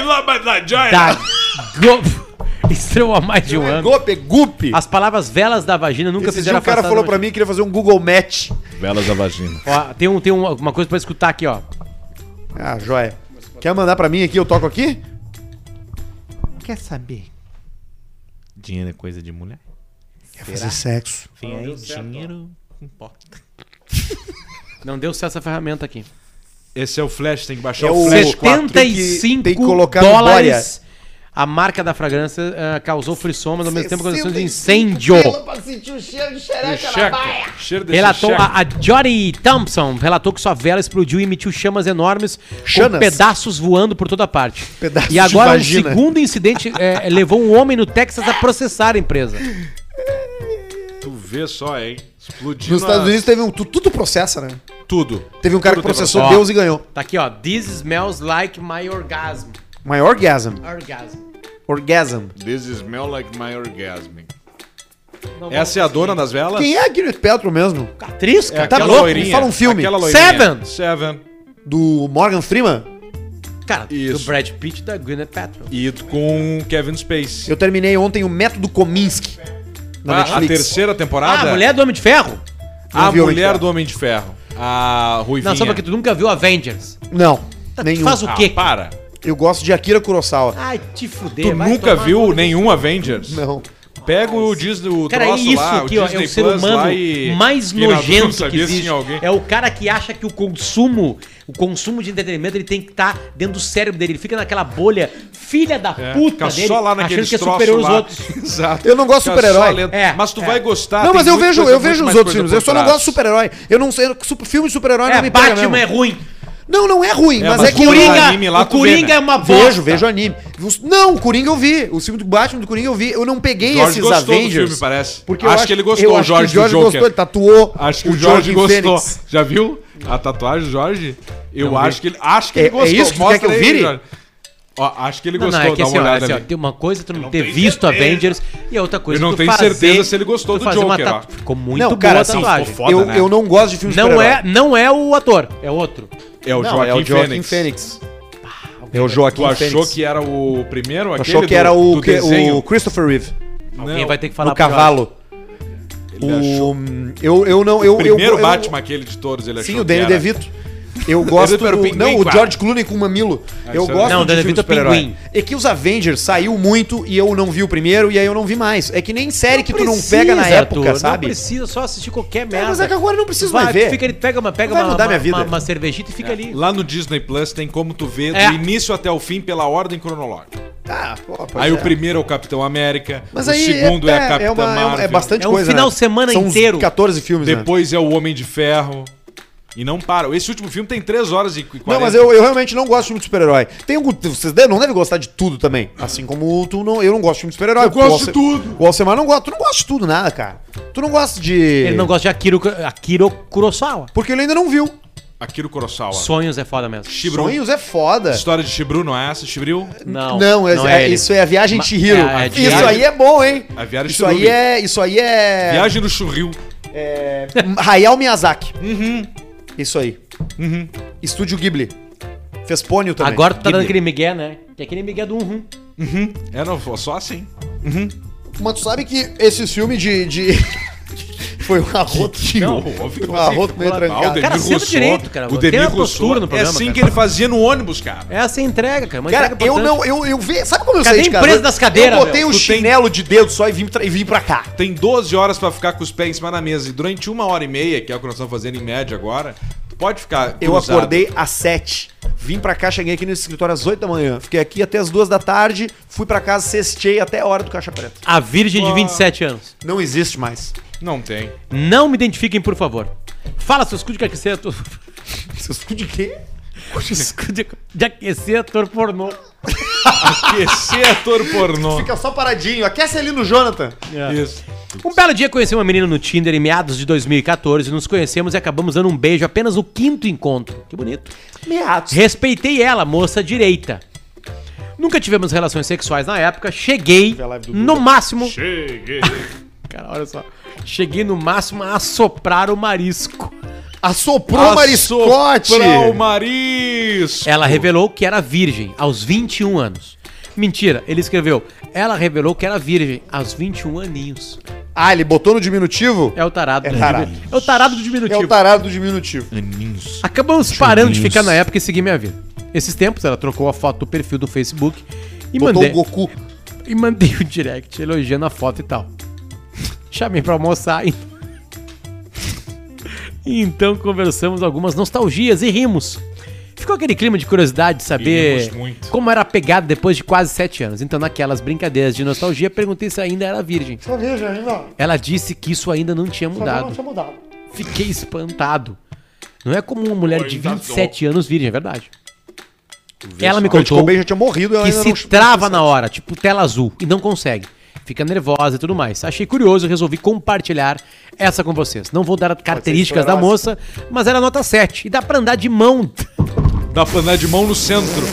ir lá, mas lá, já Da era. Go... [laughs] Estreou há mais de um ano. Gope, gupe. As palavras velas da vagina nunca Esse dia fizeram o cara afastar falou da pra mim que queria fazer um Google Match. Velas da vagina. vagina. Ó, tem um, tem um- uma coisa pra escutar aqui, ó. Ah, joia. Quer mandar pra mim aqui? Eu toco aqui? Quer saber? Dinheiro é coisa de mulher. Quer fazer sexo. Tem aí dinheiro. Importa. Não deu certo essa ferramenta aqui. Esse é o Flash, tem que baixar É o, o- Flash 4. tem que- 75 tem que colocar no dólares. A marca da fragrância ah, causou frisson, mas ao mesmo tempo condições de incêndio. Checa. Cheiro de Relatou checa. a, a Jody Thompson relatou que sua vela explodiu e emitiu chamas enormes, Chamas. com pedaços voando por toda parte. Pedaços e agora de um vagina. segundo incidente [laughs] eh, levou um homem no Texas a processar a empresa. Tu vê só, hein? Explodindo Nos Estados a- Unidos teve um... tu- Tudo processa, né? tudo. Teve um cara que Tudo tem processou processo. Deus e ganhou. Tá aqui, ó. This smells like my orgasm. My orgasm. Orgasm. Orgasm. This smell like my orgasm. Não Essa é a dona das velas? Quem é a Gwyneth Paltrow mesmo? Atriz, É cara. aquela Tá louco? loirinha, Me fala um filme. aquela loirinha. Seven. Seven. Do Morgan Freeman? Cara, Isso. do Brad Pitt e da Gwyneth Paltrow. E com Kevin Space. Eu terminei ontem o Método Kominsky. Na a, a Netflix. terceira Ah, temporada? a mulher do Homem de Ferro? A Não vi Homem de mulher Ferro. do Homem de Ferro. A Ruivinha. Não, só porque tu nunca viu Avengers. Não, Tá, tu nenhum. faz o Ah, quê? para. Eu gosto de Akira Kurosawa. Ai, te fuder. Tu vai nunca tomar viu no- nenhum Avengers? Não. Pega o Disney, o Cara, troço isso lá, aqui, ó, é Disney o ser Plus lá humano e- mais e na dúvida, nojento que sabia se existe. tinha alguém. É o cara que acha que o consumo, o consumo de entretenimento, ele tem que estar dentro do cérebro dele. Ele fica naquela bolha filha da É, puta fica dele, só lá achando naqueles que é troços superior aos lá. outros. [laughs] Exato. Eu não gosto de Fica só super-herói. lento. É, Mas tu é. vai gostar. não, tem mas eu muita vejo, coisa, eu muito vejo os mais outros coisa filmes. por Eu só não trás. gosto de super-herói. Eu não sei, eu- su- filme de super-herói não É, me pega Batman é mesmo. ruim. Não, não é ruim, mas, mas é que Coringa- eu anime lá o tu vê, Coringa né? é uma bosta. vejo, vejo anime. Os- Não, o Coringa eu vi. O filme do Batman do Coringa eu vi. Eu não peguei Jorge esses gostou do Avengers. filme, parece. Porque Acho eu acho que ele gostou, eu o acho que Jorge do o Jorge Joker. gostou, tá? ele tatuou. Acho que o Jorge Joaquin gostou. Phoenix. Já viu a tatuagem do Jorge? Eu acho que ele, acho que É- ele é gostou. isso que tu quer que eu Mostra aí, vire? Jorge. Ó, acho que ele Não, gostou. não, é que Dá assim, uma ó, olhada assim, ó, ali. tem uma coisa tu não, não ter tenho visto certeza. Avengers e a outra coisa Eu não tu tenho certeza se ele gostou do tu fazer uma Joker, tatu- ó. Ficou muito Não, boa cara, a assim, tatuagem. ficou foda, eu, né? eu não gosto de filme de Não super-herói. é, não é o ator, é outro. É o Não, Joaquim, é o Joaquim Fênix. Ah, Fênix. É o Joaquim Tu achou Fênix. que era o primeiro? Aquele achou que do- era o, do que- desenho? o Christopher Reeve, Não, Quem vai ter que falar no pro Jorge? cavalo. Ele achou. O, eu, eu não, eu, O primeiro eu, eu, Batman, aquele de todos, ele achou Sim, que o Danny era. DeVito. [laughs] Eu gosto Ele era o do, pinguim, Não, o claro. George Clooney com o mamilo. isso eu é gosto legal. Não, o Danny filme DeVito é super-herói. pinguim. É que os Avengers saiu muito e eu não vi o primeiro e aí eu não vi mais. É que nem série que tu não precisa, pega na época, Arthur, sabe? Não precisa só assistir qualquer É, merda. mas é que agora eu não preciso Vai, mais tu ver. Fica, ele pega uma, pega Não vai uma, mudar uma- minha vida. Uma, uma cervejita e fica ali. Lá no Disney Plus tem como tu ver É. do início até o fim pela ordem cronológica. Ah, pô, pois aí é. o primeiro é o Capitão América, Mas o aí segundo é, a Capitã uma- é um- Marvel, É bastante É um coisa, final de semana São uns inteiro. 14 filmes, né? depois é o Homem de Ferro. E não para. Esse último filme tem 3 horas e 40. Não, mas eu, eu realmente não gosto de filme de super-herói. Tem algum. Vocês de- não devem gostar de tudo também. Assim como tu não. Eu não gosto de filme de super-herói. Eu gosto O Alce- de tudo. O Alcemar não gosta. Tu não gosta de tudo, nada, cara. Tu não gosta de. Ele não gosta de Akiro, Akiro Kurosawa. Porque ele ainda não viu. Akiro Kurosawa. Sonhos é foda mesmo. Shibru. Sonhos é foda. História de Shibru, não é essa? Shibru? Não, é, é- ele. isso é a viagem Ma- de Hiro. é, é de isso viagem- aí é bom, hein? A viagem de isso aí Shinobi. é. Isso aí é. Viagem no Churril. Hayao Miyazaki. Uhum. Isso aí. Estúdio Ghibli. Fez Pônio também. Agora tu tá dando Ghibli. aquele migué, né? Que é aquele migué do uhum. É, não, só assim. Mas tu sabe que esses filmes de. de... [laughs] foi um arroto. Não, um arroto meio Ah, o trancado. Demir Cara, senta Rousseau- direito, cara. O Tem Demir uma postura Rousseau, no é programa, assim cara. que ele fazia no ônibus, cara. Essa é a entrega, cara. Uma Cara, entrega eu é importante. não, eu, eu vi. Sabe como eu Cadê saí de a empresa das cadeiras, Eu botei meu? um Tu tem- chinelo de dedo só e vim, pra- e vim pra cá. Tem 12 horas pra ficar com os pés em cima da mesa. E durante uma hora e meia, que é o que nós estamos fazendo em média agora, tu pode ficar. Eu cruzado. acordei às 7. Vim pra cá, cheguei aqui no escritório às 8 da manhã. Fiquei aqui até às 2 da tarde, fui pra casa, cestei até a hora do caixa preta. A virgem de 27 anos. Não existe mais. Não tem. Não me identifiquem, por favor. Fala seus cu de aquecer ator. Vocês de quê? Seus cu de, de aquecer ator pornô. Aquecer ator pornô. Fica só paradinho. Aquece ali no Jonathan. Isso. Um belo dia conheci uma menina no Tinder em meados de 2014. Nos conhecemos e acabamos dando um beijo apenas no quinto encontro. Que bonito. Meados. Respeitei ela, moça direita. Nunca tivemos relações sexuais na época. Cheguei, a live do Duda. no máximo. Cheguei. Cara, olha só. Cheguei no máximo a assoprar o marisco. Assoprou o mariscote. É. Pra o marisco. Ela revelou que era virgem aos 21 anos. Mentira, ele escreveu. Ela revelou que era virgem aos 21 aninhos. Ah, ele botou no diminutivo? É o tarado. É do tarado. diminutivo. É o tarado do É diminutivo. o tarado do diminutivo. Aninhos. Acabamos parando de Chuvinhos. ficar na época e seguir minha vida. Esses tempos, ela trocou a foto do perfil do Facebook e Botou mandei, o Goku. e mandei o direct elogiando a foto e tal. Chamei pra almoçar e... e então conversamos algumas nostalgias e rimos. Ficou aquele clima de curiosidade de saber Rimos muito. como era pegado depois de quase sete anos. Então, naquelas brincadeiras de nostalgia, perguntei se ainda era virgem. Ela disse que isso ainda não tinha mudado. Fiquei espantado. Não é como uma mulher de 27 anos virgem, é verdade. Ela me Quando ficou contou bem, um já tinha morrido. Ela que ainda se não- trava na hora, tipo tela azul, e não consegue. Fica nervosa e tudo mais. Achei curioso e resolvi compartilhar essa com vocês. Não vou dar características da explorar. moça, mas era nota 7. E dá pra andar de mão. [laughs] Dá pra andar de mão no centro.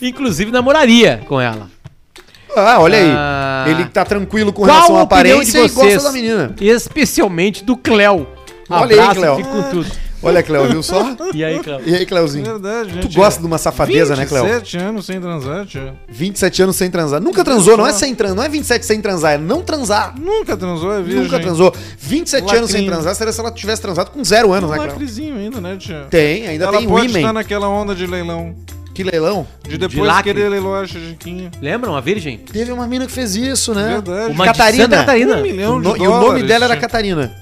Inclusive namoraria com ela. Ah, olha aí. Ah. Ele tá tranquilo com Qual relação à a opinião de aparência e gosta vocês? da menina. Especialmente do Cléo. Olha aí, Abraço, Cléo. fique com tudo. Olha, Cléo, viu só? E aí, Cléo? E [laughs] aí, Cléozinho? Verdade, Tu gosta de uma safadeza, né, Cléo? 27 anos sem transar, tia. 27 anos sem transar. Nunca transou, não é sem transar, não é 27 sem transar, é não transar. Nunca transou, é virgem. Nunca transou. 27 anos sem Lacrinho. transar seria se ela tivesse transado com zero anos, né, Cléo? lacrezinho ainda, né, tia? Tem, ainda Ela tem pode women. estar Tá naquela onda de leilão. Que leilão. De De depois lacre. querer leiloar a Chiquinha. Lembram a virgem? Teve uma mina que fez isso, né? É Verdade. Uma Catarina. de Santa Catarina. Um milhão de No- dólares. e o nome dela era tia. Catarina.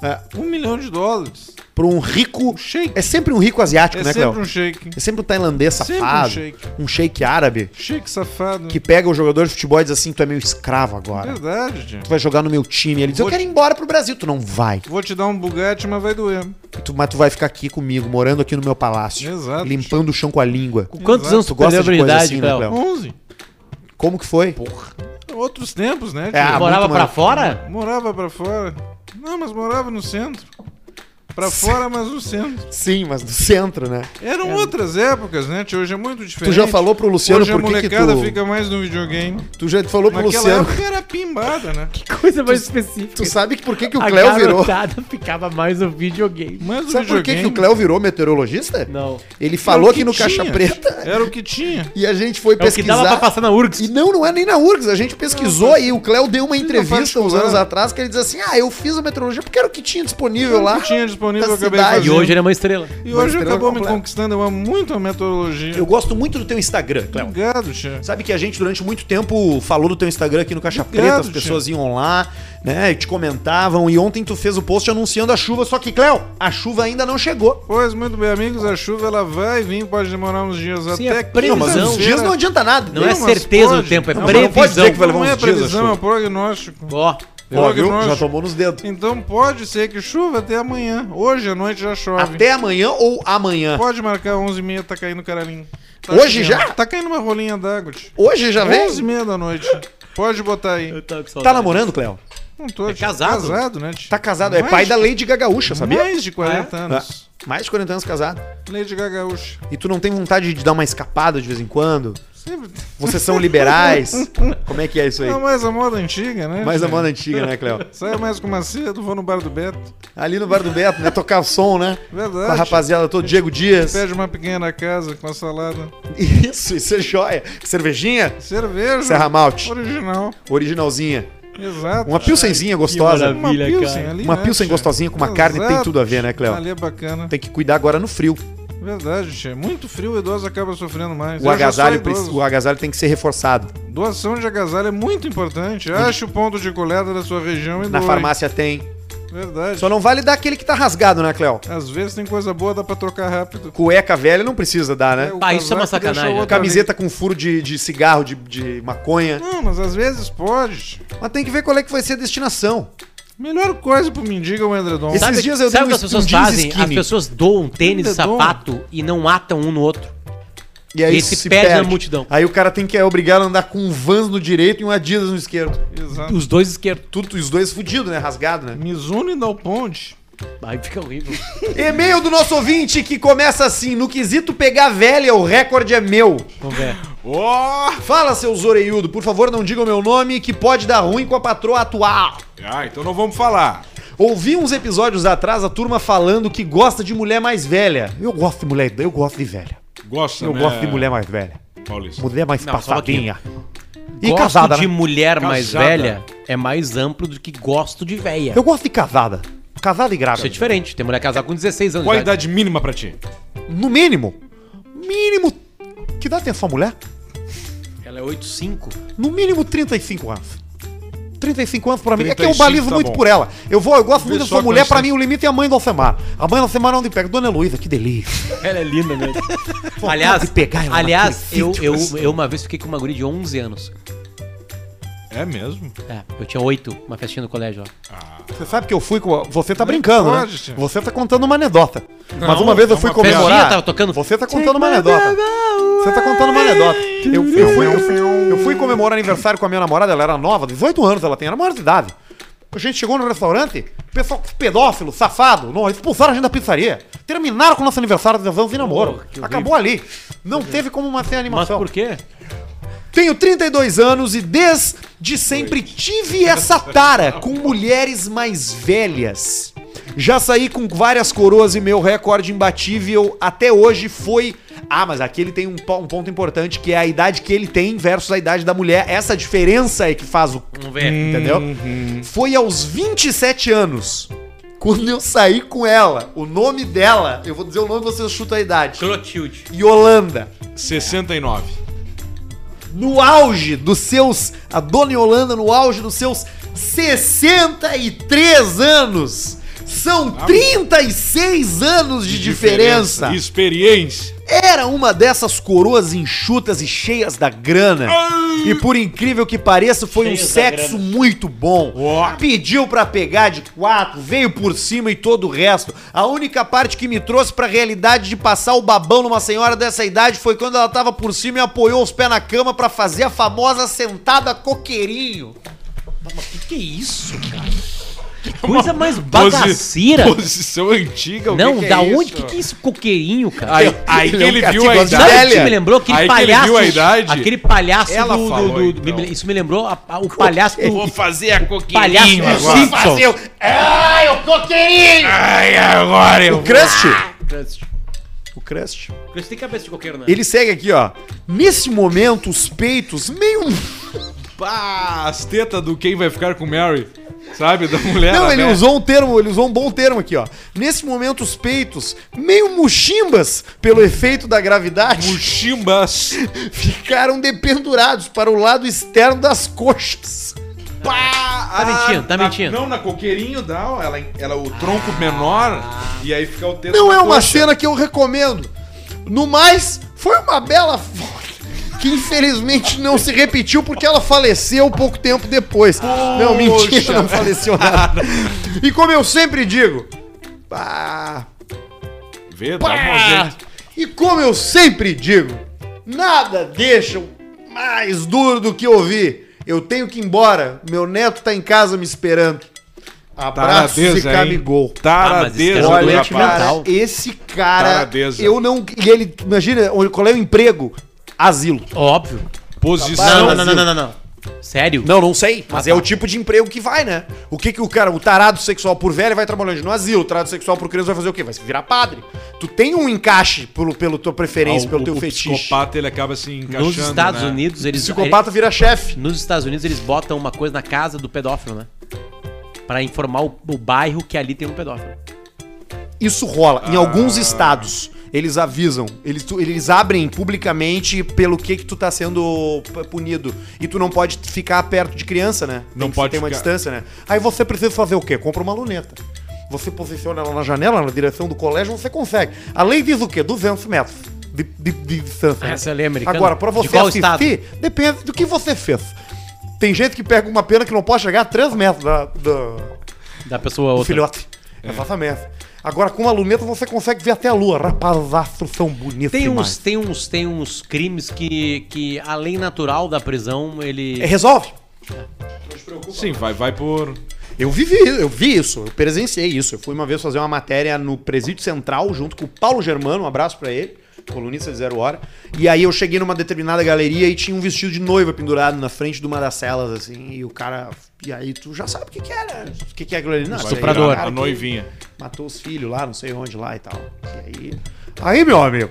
É. É, Um milhão de dólares. pra um rico. Shake. É sempre um rico asiático, É né, sempre Cléo? um shake. É sempre um tailandês Sempre um safado. shake. um shake árabe. Shake safado. Que pega o jogador de futebol e diz assim: tu é meu escravo agora. Verdade, tia. Tu vai jogar no meu time. Ele diz: eu Vou quero ir embora pro Brasil. Tu não vai. Vou te dar um Bugatti, mas vai doer. Tu- mas tu vai ficar aqui comigo, morando aqui no meu palácio. Exato. Limpando o chão com a língua. Com quantos Exato. anos Tu tu gosta perdeu a de coisa habilidade, assim, né, Cléo? Cléo? 11. Como que foi? Outros tempos, né? É, tia? Ah, Morava muito pra mais- [laughs] fora? Morava pra fora. Não, mas morava no centro. Pra fora, mas no centro. Sim, mas do centro, né? Eram outras épocas, né? tia? Hoje é muito Tu diferente. já falou pro Luciano Hoje a por que que molecada tu... fica mais no videogame. Tu já falou pro Naquela Luciano... época era pimbada, né? Que coisa mais específica. Tu sabe que por que que o A Cléo virou... garotada ficava mais no videogame. Mas o Sabe por que que o videogame Cléo virou meteorologista? Não. Ele era falou o aqui no Caixa tinha. Preta Era o que tinha. e a gente foi É o que pesquisar... dava pra passar na URGS. E não, não é nem na URGS, a gente pesquisou e o Cléo deu uma entrevista uns particular. anos atrás que ele diz assim, ah, eu fiz a meteorologia porque era o que tinha disponível lá. O que tinha disponível, da eu acabei cidade. fazendo. E hoje ele é uma estrela. E hoje Mas acabou me completa. conquistando. Eu amo muito a metodologia. Eu gosto muito do teu Instagram, Cléo. Obrigado, tia. Sabe que a gente durante muito tempo falou do teu Instagram aqui no Caixa Obrigado, Preta, as tio. pessoas iam lá, né, e te comentavam, e ontem tu fez o post anunciando a chuva, só que, Cléo, a chuva ainda não chegou. Pois muito bem, amigos, a chuva ela vai vir, pode demorar uns dias Sim, até é previsão. quinta-feira. Não, Os dias não adianta nada. Não é mas certeza pode. do tempo, é Não, mas não pode dizer previsão. que vai levar Não é uns dias a previsão, chuva. é prognóstico. Ó, Ó, viu? Já Prognóstico. tomou nos dedos. Então pode ser que chuva até amanhã. Hoje à noite já chove. Até amanhã ou amanhã? Pode marcar 11h30, tá caindo caralhinho. Tá Hoje chovendo. já? Tá Tá caindo uma rolinha d'água, tio. Hoje já vem? 11h30 da noite. Pode botar aí. eu tava com Tá saudade. namorando, Cléo? Não tô, É tio. casado? Casado, né, tio? Tá casado, é Mais pai de- da Lady Gagaúcha, sabia? É? Ah. Mais de 40 anos. Mais de 40 anos casado. Lady Gagaúcha. E tu não tem vontade de dar uma escapada de vez em quando? Sempre... Vocês são liberais? Como é que é isso aí? É mais a moda antiga, né? Mais a tio? moda antiga, né, Cléo? Sai mais com Macedo, vou no bar do Beto. Ali no Bar do Beto, né? Tocar o som, né? Verdade. Com a rapaziada todo Diego Dias. Pede uma picanha na casa com a salada. Isso, isso é joia. Cervejinha? Cerveja. Serra Malte. Original. Originalzinha. Exato. Uma pilsenzinha gostosa. maravilha. cara. ali, Uma né, pilsen tia? gostosinha com uma carne tem Exato. tudo a ver, né, Cleo? Ali é bacana. Tem que cuidar agora no frio. Verdade, tia. Muito frio, o idoso acaba sofrendo mais. Eu já O sou agasalho, idoso. preci- o agasalho tem que ser reforçado. Doação de agasalho é muito importante. Ache o ponto de coleta da sua região e Na doe. farmácia tem. Verdade. Só não vale dar aquele que tá rasgado, né, Cleo? Às vezes tem coisa boa, dá pra trocar rápido. Cueca velha não precisa dar, né? o Ah, isso é uma casaco deixa o sacanagem. outro Camiseta com furo de, de cigarro, de, de maconha. ali. Não, mas às vezes pode. Mas tem que ver qual é que vai ser a destinação. Melhor coisa pro mendigo é um edredom. Esse- Esses Sabe, dias eu sabe dei o que um as pessoas um jeans fazem? As skinny. pessoas doam tênis, Ainda doam? sapato e não atam um no outro. E aí Esse É se perde perde na multidão. Aí o cara tem que é obrigado a andar com um Vans no direito e um Adidas no esquerdo. Exato. Os dois esquerdos. Tudo, os dois fudidos, né? Rasgado, né? Mizuno e Dal Ponte. Aí fica horrível. E-mail do nosso ouvinte que começa assim: no quesito pegar velha, o recorde é meu. Vamos ver. Oh! Fala, seu Zoreiudo, por favor, não diga o meu nome que pode dar ruim com a patroa atual. Ah, então não vamos falar. Ouvi uns episódios atrás a turma falando que gosta de mulher mais velha. Eu gosto de mulher, eu gosto de velha. Gosta, Eu né, gosto de mulher mais velha. Paulista. Mulher mais é. Não, só um pouquinho. passadinha. E gosto casada. de né? mulher mais Casada. velha é mais amplo do que gosto de velha. Eu gosto de casada. Casada e Isso é grávida. diferente. Tem mulher casada com 16 anos. Qual a de idade. idade mínima pra ti? No mínimo. Mínimo. Que dá atenção à mulher? Ela é 8,5. No mínimo 35 anos. 35 anos pra mim. É que eu 35 balizo tá muito bom. por ela. Eu vou, eu gosto Vê muito da só sua mulher, quantos pra tem. mim o limite é a mãe do Alcemar. A mãe do Alcemar não onde pega. Dona Heloísa, que delícia. Ela é linda né? [laughs] mesmo. Vontade aliás, de pegar ela aliás naquele eu, sítio, eu, assim. eu uma vez fiquei com uma guria de 11 anos. É mesmo? É, eu tinha 8, uma festinha no colégio. Ó. Você sabe que eu fui com. a- Você tá brincando, né? pode, tia. Você tá contando uma anedota. Mas Não, uma vez é eu fui uma comemorar. festinha, tava tocando. é Você tá contando uma anedota. Você tá contando uma anedota. Eu, eu fui, eu, fui- eu fui comemorar aniversário com a minha namorada, ela era nova, 18 anos ela tem, era maior de idade. A gente chegou no restaurante, pessoal pedófilo, safado, não, expulsaram a gente da pizzaria. Terminaram com o nosso aniversário de 10 anos de namoro. que horrível. Acabou ali. Não teve como manter a Mas animação. por quê? Tenho 32 anos e desde sempre tive essa tara com mulheres mais velhas. Já saí com várias coroas e meu recorde imbatível até hoje foi. Ah, mas aqui ele tem um, po- um ponto importante que é a idade que ele tem versus a idade da mulher. Essa diferença é que faz o. Vamos ver. Entendeu? Foi aos 27 anos. Quando eu saí com ela, o nome dela, eu vou dizer o nome vocês chutam a idade. Clotilde. Yolanda 69. no auge dos seus. A Dona Yolanda no auge dos seus 63 anos. São 36 anos de diferença. Experiência. Era uma dessas coroas enxutas e cheias da grana. E por incrível que pareça, foi um Cheias da sexo muito bom. Ó. Pediu pra pegar de quatro, veio por cima e todo o resto. A única parte que me trouxe pra realidade de passar o babão numa senhora dessa idade foi quando ela tava por cima e apoiou os pés na cama pra fazer a famosa sentada coqueirinho. Que que é isso, cara? Que coisa mais bagaceira. Posi- Posição antiga, o que Não, que é da isso? onde? Que que é isso? Coqueirinho, cara. Aí, aí que Ele é um ele cara viu que a gosta de idade. Sabe o que velha. me lembrou? Aquele Aí que ele palhaço. viu a idade. Aquele palhaço Ela do. do- falou, do- então. me- isso me lembrou a- a- o palhaço do. fazer a Palhaço do Ah, Simpsons. Ai, agora eu. Crust? O Crust. Eu tem cabeça de coqueiro, né? Ele segue aqui, ó. Nesse momento, os peitos meio Pá, as tetas do quem vai ficar com Mary. Sabe? Da mulher. Não, ele né? usou um termo, ele usou um bom termo aqui, ó. Nesse momento, os peitos, meio muximbas pelo efeito da gravidade, Muximbas. [laughs] ficaram dependurados para o lado externo das coxas. Pá! Tá mentindo, tá na- mentindo. Não, na coqueirinho dá, ó, ela, ela, o tronco menor e aí fica o teto. Não na é uma coxa. cena que eu recomendo. No mais, foi uma bela foto. Que infelizmente não se repetiu porque ela faleceu pouco tempo depois. Não, mentira, não faleceu nada. E como eu sempre digo. Ah, Vê, dá um Pá! jeito. E como eu sempre digo, nada deixa mais duro do que ouvir. Eu tenho que ir embora, meu neto tá em casa me esperando. Abraços e Taradeza, hein? camigol. Taradeza Ah, do Olha, mas esse cara é um doente rapaz. cara, mental. esse cara, Taradeza. eu não... E ele, imagina, qual é o emprego? Asilo. Óbvio. Posição. Não, não, não, não, não, não. Sério? Não, não sei. Mas Ah, é tá. o tipo de emprego que vai, né? O que que o cara, o tarado sexual por velho vai trabalhar onde? No asilo. O tarado sexual por criança vai fazer o quê? Vai se virar padre. Tu tem um encaixe pelo, pelo tua preferência, Ah, pelo o- teu o fetiche. psicopata ele acaba se encaixando. Nos Estados né? Unidos, eles. é, Psicopata vira chefe. Nos Estados Unidos, eles botam uma coisa na casa do pedófilo, né? Pra informar o, o bairro que ali tem um pedófilo. Isso rola Ah. em alguns estados. Eles avisam, eles, tu- eles abrem publicamente pelo que que tu tá sendo p- punido. E tu não pode ficar perto de criança, né? Não Tem que pode ter uma ficar. distância, né? Aí você precisa fazer o quê? Compra uma luneta. Você posiciona ela na janela, na direção do colégio, você consegue. A lei diz o quê? 200 metros de, de- de distância. Ah, né? essa lei é americana. Agora, pra De você qual assistir, estado? depende do que você fez. Tem gente que pega uma pena que não pode chegar a 3 metros da- da, Da pessoa a o outra. filhote. É. Exatamente. Agora, com uma luneta, você consegue ver até a lua. Rapaz, astros são bonitos Tem demais. uns, tem uns, tem uns crimes que, que a lei natural da prisão, ele. É, resolve. Sim, vai, vai por. Eu vivi, eu vi isso, eu presenciei isso. Eu fui uma vez fazer uma matéria no Presídio Central junto com o Paulo Germano, um abraço pra ele, colunista de Zero Hora. E aí eu cheguei numa determinada galeria e tinha um vestido de noiva pendurado na frente de uma das celas, assim, e o cara. E aí tu já sabe o que, que era. O que, que é aquilo ali? Não, isso aí é o Estuprador. cara A que- noivinha. matou os filhos lá, não sei onde lá e tal. E aí. Tá. Aí, meu amigo,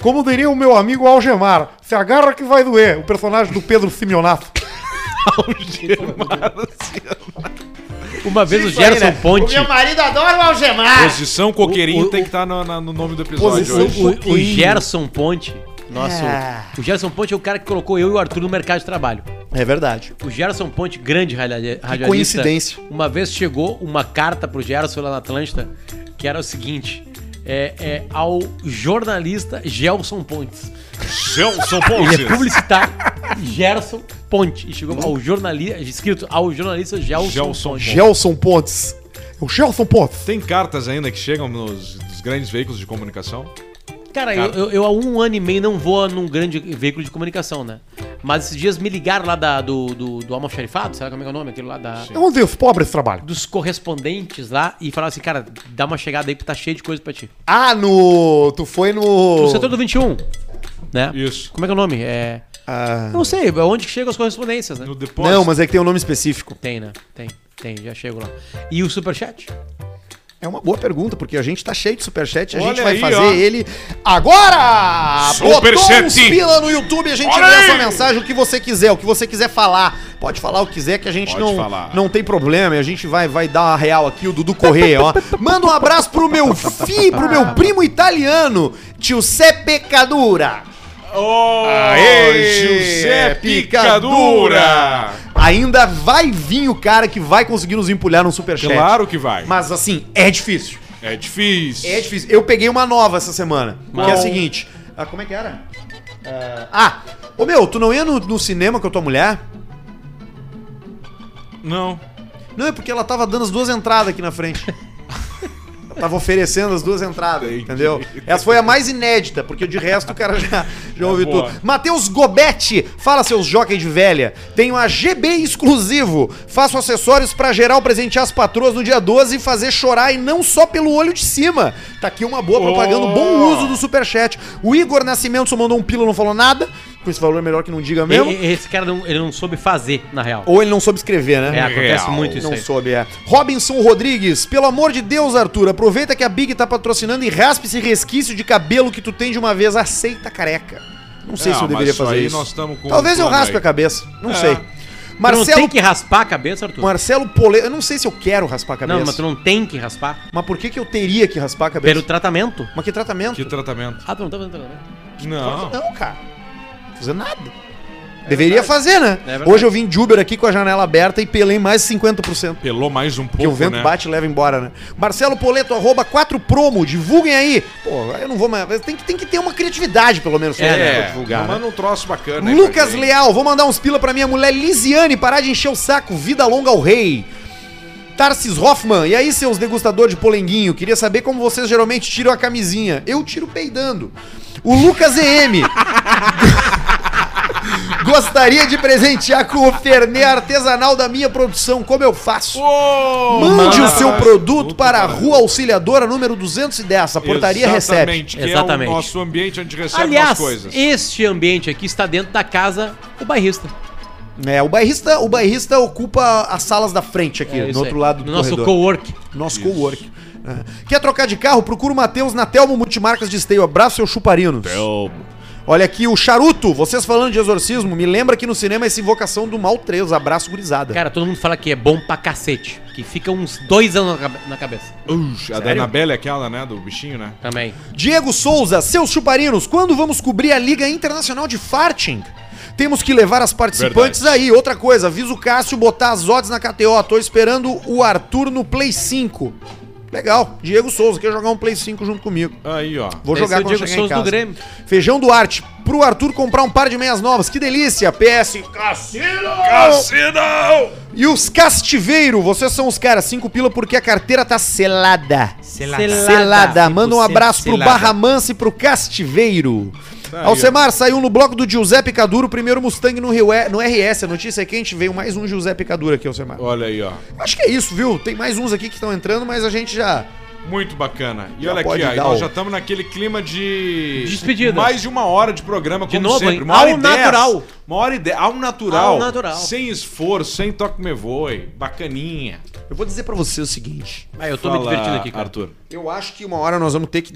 como diria o meu amigo Algemar, se agarra que vai doer, o personagem do Pedro Simeonato. Uma vez o Gerson Ponte. marido adora Ah, o Algemar! Posição coqueirinho o- tem que estar no nome do episódio Posição- hoje. O- O, Gerson Ponte. Nosso. Ah. O Gerson Ponte é o cara que colocou eu e o Arthur no mercado de trabalho. É verdade. O Gerson Ponte, grande radi- radialista. coincidência. Uma vez chegou uma carta pro Gerson lá na Atlântida, que era o seguinte. É, é, ao jornalista Gelson Pontes. Gelson Ele é Pontes. publicitário Gerson Ponte. E chegou ao jornalista, escrito ao jornalista Gelson, Gelson Ponte. Gelson Pontes. O Gelson Pontes. Tem cartas ainda que chegam nos, nos grandes veículos de comunicação? Cara, eu, eu, eu há um ano e meio não vou num grande veículo de comunicação, né? Mas esses dias me ligaram lá da, do, do, do Almoxarifado, sabe como é que é o nome? Aquilo lá da, Onde os um pobres trabalham? dos correspondentes lá e falaram assim, cara, dá uma chegada aí que tá cheio de coisa pra ti. Ah, no. Tu foi no. No setor do 21, né? Isso. Como é que é o nome? É... Ah, Não sei, é onde que chegam as correspondências, né? No depósito? não, mas é que tem um nome específico. Tem, né? Tem, tem, já chego lá. E o Superchat? É uma boa pergunta, porque a gente tá cheio de superchat. A Olha gente vai aí, fazer ó. ele agora! Superchat! Botou uns pila no YouTube, a gente Olha lê aí! a sua mensagem, o que você quiser, o que você quiser falar. Pode falar o que quiser, que a gente Pode não, falar. não tem problema. e A gente vai, vai dar a real aqui, o Dudu Correia, ó. Manda um abraço pro meu filho, pro meu primo italiano, tio Seppe Cadura. Oh, José Picadura! Ainda vai vir o cara que vai conseguir nos empulhar num superchat. Claro que vai. É. Mas assim, é difícil. É difícil. É difícil. Eu peguei uma nova essa semana. Que é a Bom. seguinte. Ah, como é que era? Ah, ah, ô meu, tu não ia no, no cinema com a tua mulher? Não. Não, é porque ela tava dando as duas entradas aqui na frente. Ela tava oferecendo as duas entradas, Entendi. entendeu? Essa foi a mais inédita, porque de resto o cara já, já ouviu Tá boa. tudo. Matheus Gobetti, fala seus jockey de velha. Tenho a GB exclusivo. Faço acessórios pra geral presentear as patroas no dia 12 e fazer chorar e não só pelo olho de cima. Tá aqui uma boa propaganda, um bom Oh. uso do superchat. O Igor Nascimento só mandou um pila, não falou nada. Com esse valor é melhor que não diga mesmo. E- e- Esse cara não, ele não soube fazer, na real. Ou ele não soube escrever, né? É, acontece Real. muito isso Não aí. soube, é. Robinson Rodrigues, pelo amor de Deus, Arthur, aproveita que a Big tá patrocinando e raspa esse resquício de cabelo que tu tem de uma vez. Aceita careca. Não sei Ah, se eu mas deveria isso fazer aí isso. nós tamo com Talvez um eu plano raspe aí. a cabeça. Não É. sei. Tu não tem Marcelo, que raspar a cabeça, Arthur? Marcelo Poleiro, eu não sei se eu quero raspar a cabeça. Não, mas mas, tu não tem que raspar. por que, que eu teria que raspar a cabeça? Pelo tratamento. Mas que tratamento? Que tratamento? Ah, tu não tá fazendo tratamento. Não. Não, cara. Não fazer nada. Deveria fazer, né? verdade. Hoje eu vim de Uber aqui com a janela aberta e pelei mais 50%. Pelou mais um pouco, Porque o vento né? bate e leva embora, né? Marcelo Poleto, arroba 4 promo, divulguem aí. Pô, eu não vou mais. Tem que, tem que ter uma criatividade, pelo menos, É, né, É, pra divulgar. né? manda um troço bacana aí pra Lucas gente. Leal, vou mandar uns pila pra minha mulher Lisiane parar de encher o saco. Vida longa ao rei. Tarsis Hoffman, e aí, seus degustadores de polenguinho? Queria saber como vocês geralmente tiram a camisinha. Eu tiro peidando. O Lucas EM. [laughs] Gostaria de presentear com o Fernet artesanal da minha produção. Como eu faço? Ô, Mande o seu manda produto para a Rua Auxiliadora número 210. A portaria recebe. Exatamente, que Exatamente. é o nosso ambiente onde recebe as Aliás, coisas. este ambiente aqui está dentro da casa do bairrista. É, o bairrista, o bairrista ocupa as salas da frente aqui, É isso no outro aí. lado do No nosso corredor. co-work. Nosso co-work. É. Quer trocar de carro? Procura o Matheus na Telmo Multimarcas de Esteio. Abraço, seu chuparinos. É Olha aqui, o Charuto. Vocês falando de exorcismo, me lembra que no cinema é essa invocação do mal 3. Abraço, gurizada. Cara, todo mundo fala que é bom pra cacete. Que fica uns dois anos na cabe- na cabeça. Ux, a da Anabelle é aquela, né? Do bichinho, né? Também. Diego Souza, seus chuparinos, quando vamos cobrir a Liga Internacional de Farting? Temos que levar as participantes aí. Outra coisa, avisa o Cássio botar as odds na KTO. Tô esperando o Arthur no Play 5. Legal. Diego Souza, quer jogar um Play 5 junto comigo. Aí, ó. Vou Esse jogar é o quando Diego chegar em Souza casa. do Grêmio. Feijão Duarte, pro Arthur comprar um par de meias novas. Que delícia. PS. Cassinão! E os Castiveiro, vocês são os caras. Cinco pila porque a carteira tá selada. Selada. Selada. Manda um abraço pro Tipo Selada. Barra Mansa e pro Castiveiro. Tá aí, Alcemar saiu no bloco do Giuseppe Caduro, primeiro Mustang no, Rio E- no RS. A notícia é quente, veio mais um Giuseppe Caduro aqui, Alcemar. Olha aí, ó. Acho que é isso, viu? Tem mais uns aqui que estão entrando, mas a gente já. Muito bacana. E Já olha aqui, pode ó. e dar o- Nós já estamos naquele clima de. Despedida. Mais de uma hora de programa, como novo, sempre. hein? Uma hora Ao e dez. natural. Uma hora e dez. Ao natural. Ao natural. Sem esforço, sem toque me voe. Bacaninha. Eu vou dizer pra você o seguinte. Ah, eu tô me Fala, divertindo aqui, cara. Arthur. Eu acho que uma hora nós vamos ter que.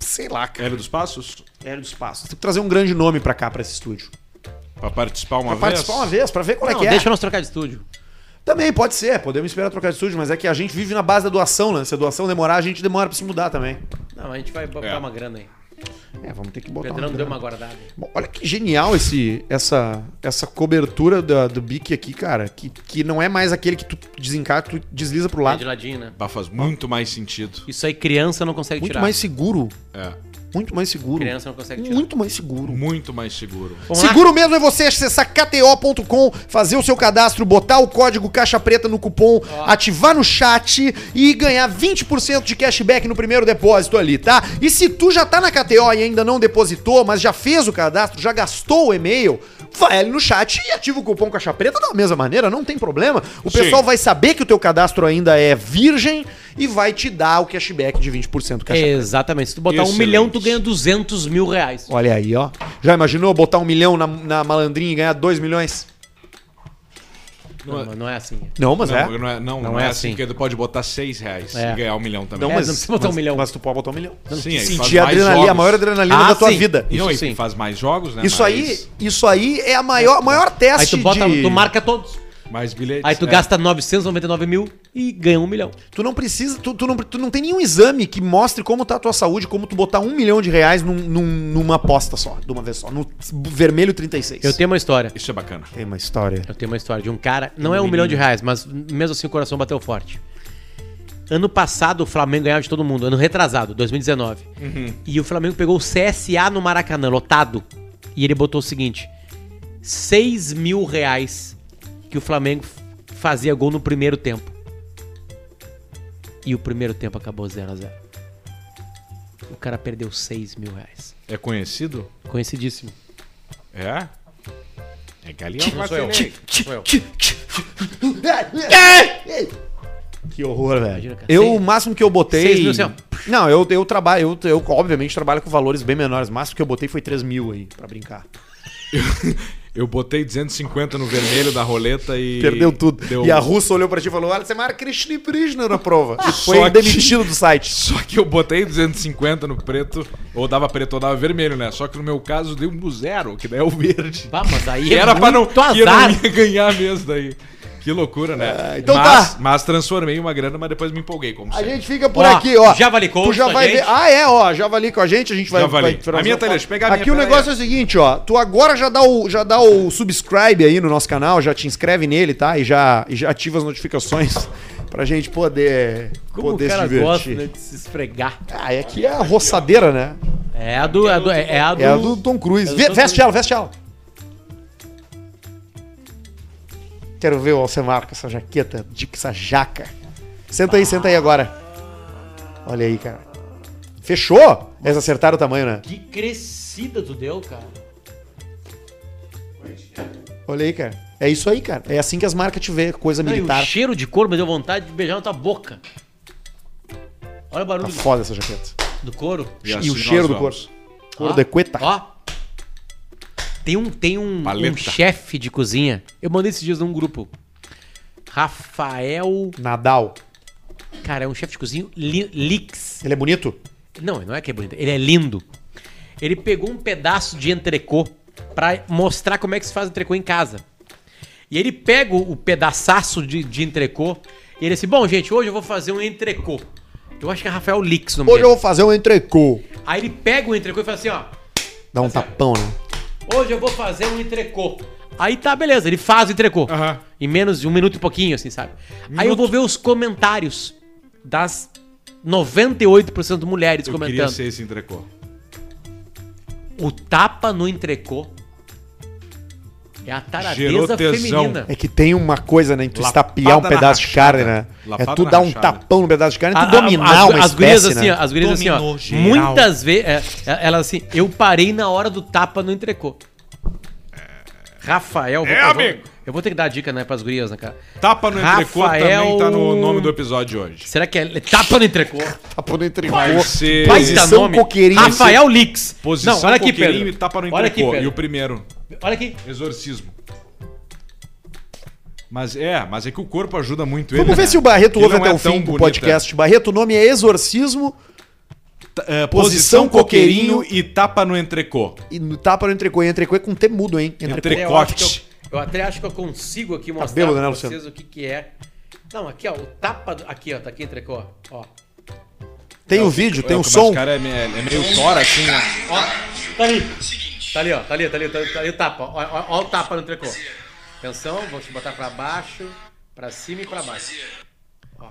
Sei lá, cara. Hélio dos Passos? Hélio dos Passos. Tem que trazer um grande nome pra cá, pra esse estúdio. Pra participar uma Pra vez? participar uma vez, pra ver qual é Não, que é. deixa nós trocar de estúdio. Também pode ser, podemos esperar trocar de estúdio, mas é que a gente vive na base da doação, né? Se a doação demorar, a gente demora pra se mudar também. Não, a gente vai botar É. uma grana aí. É, vamos ter que O botar Pedrão uma deu grana. uma guardada. Bom, Olha que genial esse, essa, essa cobertura da- do bique aqui, cara. Que, que não é mais aquele que tu desencaixa, tu desliza pro É lado. de ladinho, né? Bah, faz muito mais sentido. Isso aí criança não consegue Muito tirar. mais Um seguro. É. Muito mais seguro. Criança não consegue tirar. Muito mais seguro. Muito mais seguro. Vamos lá? Seguro mesmo é você acessar kto.com, fazer o seu cadastro, botar o código caixa preta no cupom, ativar no chat e ganhar 20% de cashback no primeiro depósito ali, tá? E se tu já tá na KTO e ainda não depositou, mas já fez o cadastro, já gastou o e-mail, vai ali no chat e ativa o cupom caixa preta da mesma maneira, não tem problema. O Sim. pessoal vai saber que o teu cadastro ainda é virgem e vai te dar o cashback de 20% Tá É. caixa Exatamente. Se tu botar um Excelente. milhão, tu ganha 200 mil reais. Olha aí, ó. Já imaginou botar um milhão na, na malandrinha e ganhar dois milhões? Não, mas não é assim. Não, mas não, é. não é, não, Não não é é assim, assim. porque tu pode botar seis reais É. e ganhar um milhão também. É, Não, mas- não precisa botar um milhão. Mas tu pode botar um milhão. Sim, aí faz Sentir a mais adrenalina, jogos. a maior adrenalina Ah, da tua sim. vida. Não, e Isso sim. faz mais jogos, né? Isso mais, aí, isso aí é a maior, maior Aí teste tu bota, de... tu marca todos. Mais bilhetes. Aí tu é. gasta 999 mil e ganha um milhão. Tu não precisa, tu, tu, não, tu não tem nenhum exame que mostre como tá a tua saúde, como tu botar um milhão de reais num- num- numa aposta só, de uma vez só, no vermelho 36. Eu tenho uma história. Isso é bacana. Tem uma história. Eu tenho uma história de um cara, não é um milhão de reais, mas mesmo assim o coração bateu forte. Ano passado o Flamengo ganhava de todo mundo, ano retrasado, 2019. Uhum. E o Flamengo pegou o CSA no Maracanã, lotado. E ele botou o seguinte: 6 mil reais que o Flamengo f- fazia gol no primeiro tempo. E o primeiro tempo acabou 0 a 0 O cara perdeu 6 mil reais. É conhecido? Conhecidíssimo. É? É Galeão Não sou eu. Martinez. Que horror, Imagina, velho. cara. Eu, Seis- o máximo que eu botei. Seis mil, assim, ó. Não, eu, eu trabalho, eu, eu obviamente trabalho com valores bem menores. O máximo que eu botei foi 3 mil aí, pra brincar. Eu botei 250 no vermelho da roleta e. Perdeu tudo. Deu... um. E um- a russa olhou pra ti e falou: Olha, você marca Krishna Krishna na [laughs] prova. E Só foi que- demitido do site. Só que eu botei 250 no preto, ou dava preto ou dava vermelho, né? Só que no meu caso deu um zero, que daí é o verde. Bah, mas aí Que é era um pra não, muito que eu azar. não ia ganhar mesmo daí. Que loucura, né? então mas, tá. mas transformei uma grana, mas depois me empolguei, como A sempre. gente fica por Ó, aqui, ó. Javali Coach Tu já com a vai gente. ver. Ah, é, ó. Javali com a gente, a gente vai. Javali. vai A tirar os- tá minha, Thalys, pega a Aqui minha, o pera negócio é o seguinte, ó. Tu agora já dá o, já dá o subscribe aí no nosso canal, já te inscreve nele, tá? E já, e já ativa as notificações [laughs] pra gente poder, Como poder o cara se divertir. gosta né, de se esfregar. Ah, é que é a roçadeira, né? É a do. É a do. É a do, É a do Tom Cruise. é do Vê- Tom veste Cruise. ela, veste ela. Quero ver o Alcemar com essa jaqueta, de- com essa jaca. Senta aí, senta aí agora. Olha aí, cara. Fechou? Eles acertaram o tamanho, né? Que crescida tu deu, cara. Olha aí, cara. É isso aí, cara. É assim que as marcas te vê, coisa Não, e o militar. cheiro de couro me deu vontade de beijar na tua boca. Olha o Tá barulho foda essa jaqueta. do couro. E, assim o nós cheiro do vamos. corpo. Couro de cueta. Ó. Tem um, tem um, um Paleta. chefe de cozinha. Eu mandei esses dias num grupo. Rafael. Nadal. Cara, é um chefe de cozinha. Li- Lix. Ele é bonito? Não, não é que é bonito. Ele é lindo. Ele pegou um pedaço de entrecô pra mostrar como é que se faz entrecô em casa. E ele pega o pedaçaço de, de entrecô e ele assim, bom, gente, hoje eu vou fazer um entrecô. Eu acho que é Rafael Lix o nome Hoje eu dele. vou fazer um entrecô. Aí ele pega o entrecô e fala assim, ó, Dá um tapão, né? hoje eu vou fazer um entrecô. Aí tá, beleza, ele faz o entrecô. Aham. Em menos de um minuto e pouquinho, assim, sabe? Aí eu vou ver os comentários das 98% mulheres Eu queria comentando. ser esse entrecô. O tapa no entrecô é a Gerou taradeza tesão. feminina. É que tem uma coisa, né? em Tu Lapada estapear um na pedaço de rachada. carne, né? Lapada é tu na dar um rachada. tapão no pedaço de carne, é A- tu a- dominar as, uma as gurias espécie, assim, ó, né? as gurias assim, ó. Dominou geral. Muitas vezes, é, é, ela assim, eu parei na hora do tapa no entrecô. Rafael, vou- É, eu vou, amigo. eu vou ter que dar dica, né, pras gurias, né, cara? Tapa no entrecô Rafael- também tá no nome do episódio de hoje. Será que é, é tapa no entrecô? Tá Tapão no entrecô. Vai ser Vai Baita Posição nome. coqueirinho. Rafael Lix. posição tá- Não, olha aqui, coqueirinho Pedro. e tapa no olha aqui, entrecô. E Pedro. o primeiro, Olha aqui. exorcismo. Mas é, mas é que o corpo ajuda muito ele. Vamos ver né? se o Barreto Ele ouve não até é o tão fim do bonita. podcast. Barreto, o nome é Exorcismo T- é, Posição posição coqueirinho coqueirinho e tapa no entrecô. e no tapa no entrecô. E entrecô é com T mudo, hein? Entrecô. Entre- É, eu, acho Decote. que eu, eu até acho que eu consigo Tá aqui mostrar bêbado, né, pra Luciano? vocês o que que é. Não, aqui ó, o tapa do, aqui ó, tá aqui entrecô, ó. ó. tá Tem o vídeo, tem É, o mas som. cara é, me- é meio tora assim, né? Tá ali. Tá ali, ó, tá ali, tá ali, tá ali, tá ali o tapa. Ó, ó, ó o tapa no entrecô. Atenção, vou te botar pra baixo, pra cima e pra baixo.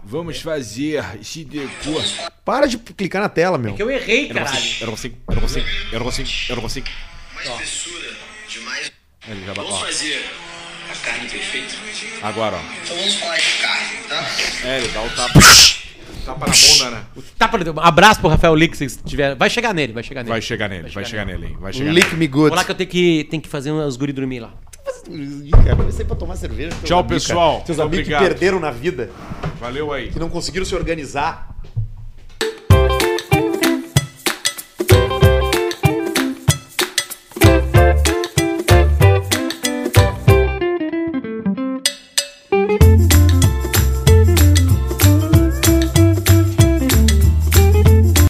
Vamos fazer esse decor. Para de clicar na tela, meu. Que eu errei, Eu não caralho. consigo, eu não consigo, eu não consigo, eu não consigo, eu não consigo. Mais espessura, de mais. Ele já ba- Vamos ó, fazer a carne perfeita. agora, ó. Então vamos falar de carne, tá? É, ele dá o tapa. tapa na bunda, né? Tapa no entrecô. Abraço pro Rafael Lix, se tiver. Vai chegar nele, vai chegar nele. Vai chegar nele, vai chegar nele, hein? Vai chegar Lick nele. me good. Vou lá que eu tenho que, tenho que fazer os guri dormir lá. Ih, cara, vai ser pra tomar cerveja. Tchau, pessoal. Seus amigos que Obrigado. perderam na vida, Valeu aí. que não conseguiram se organizar.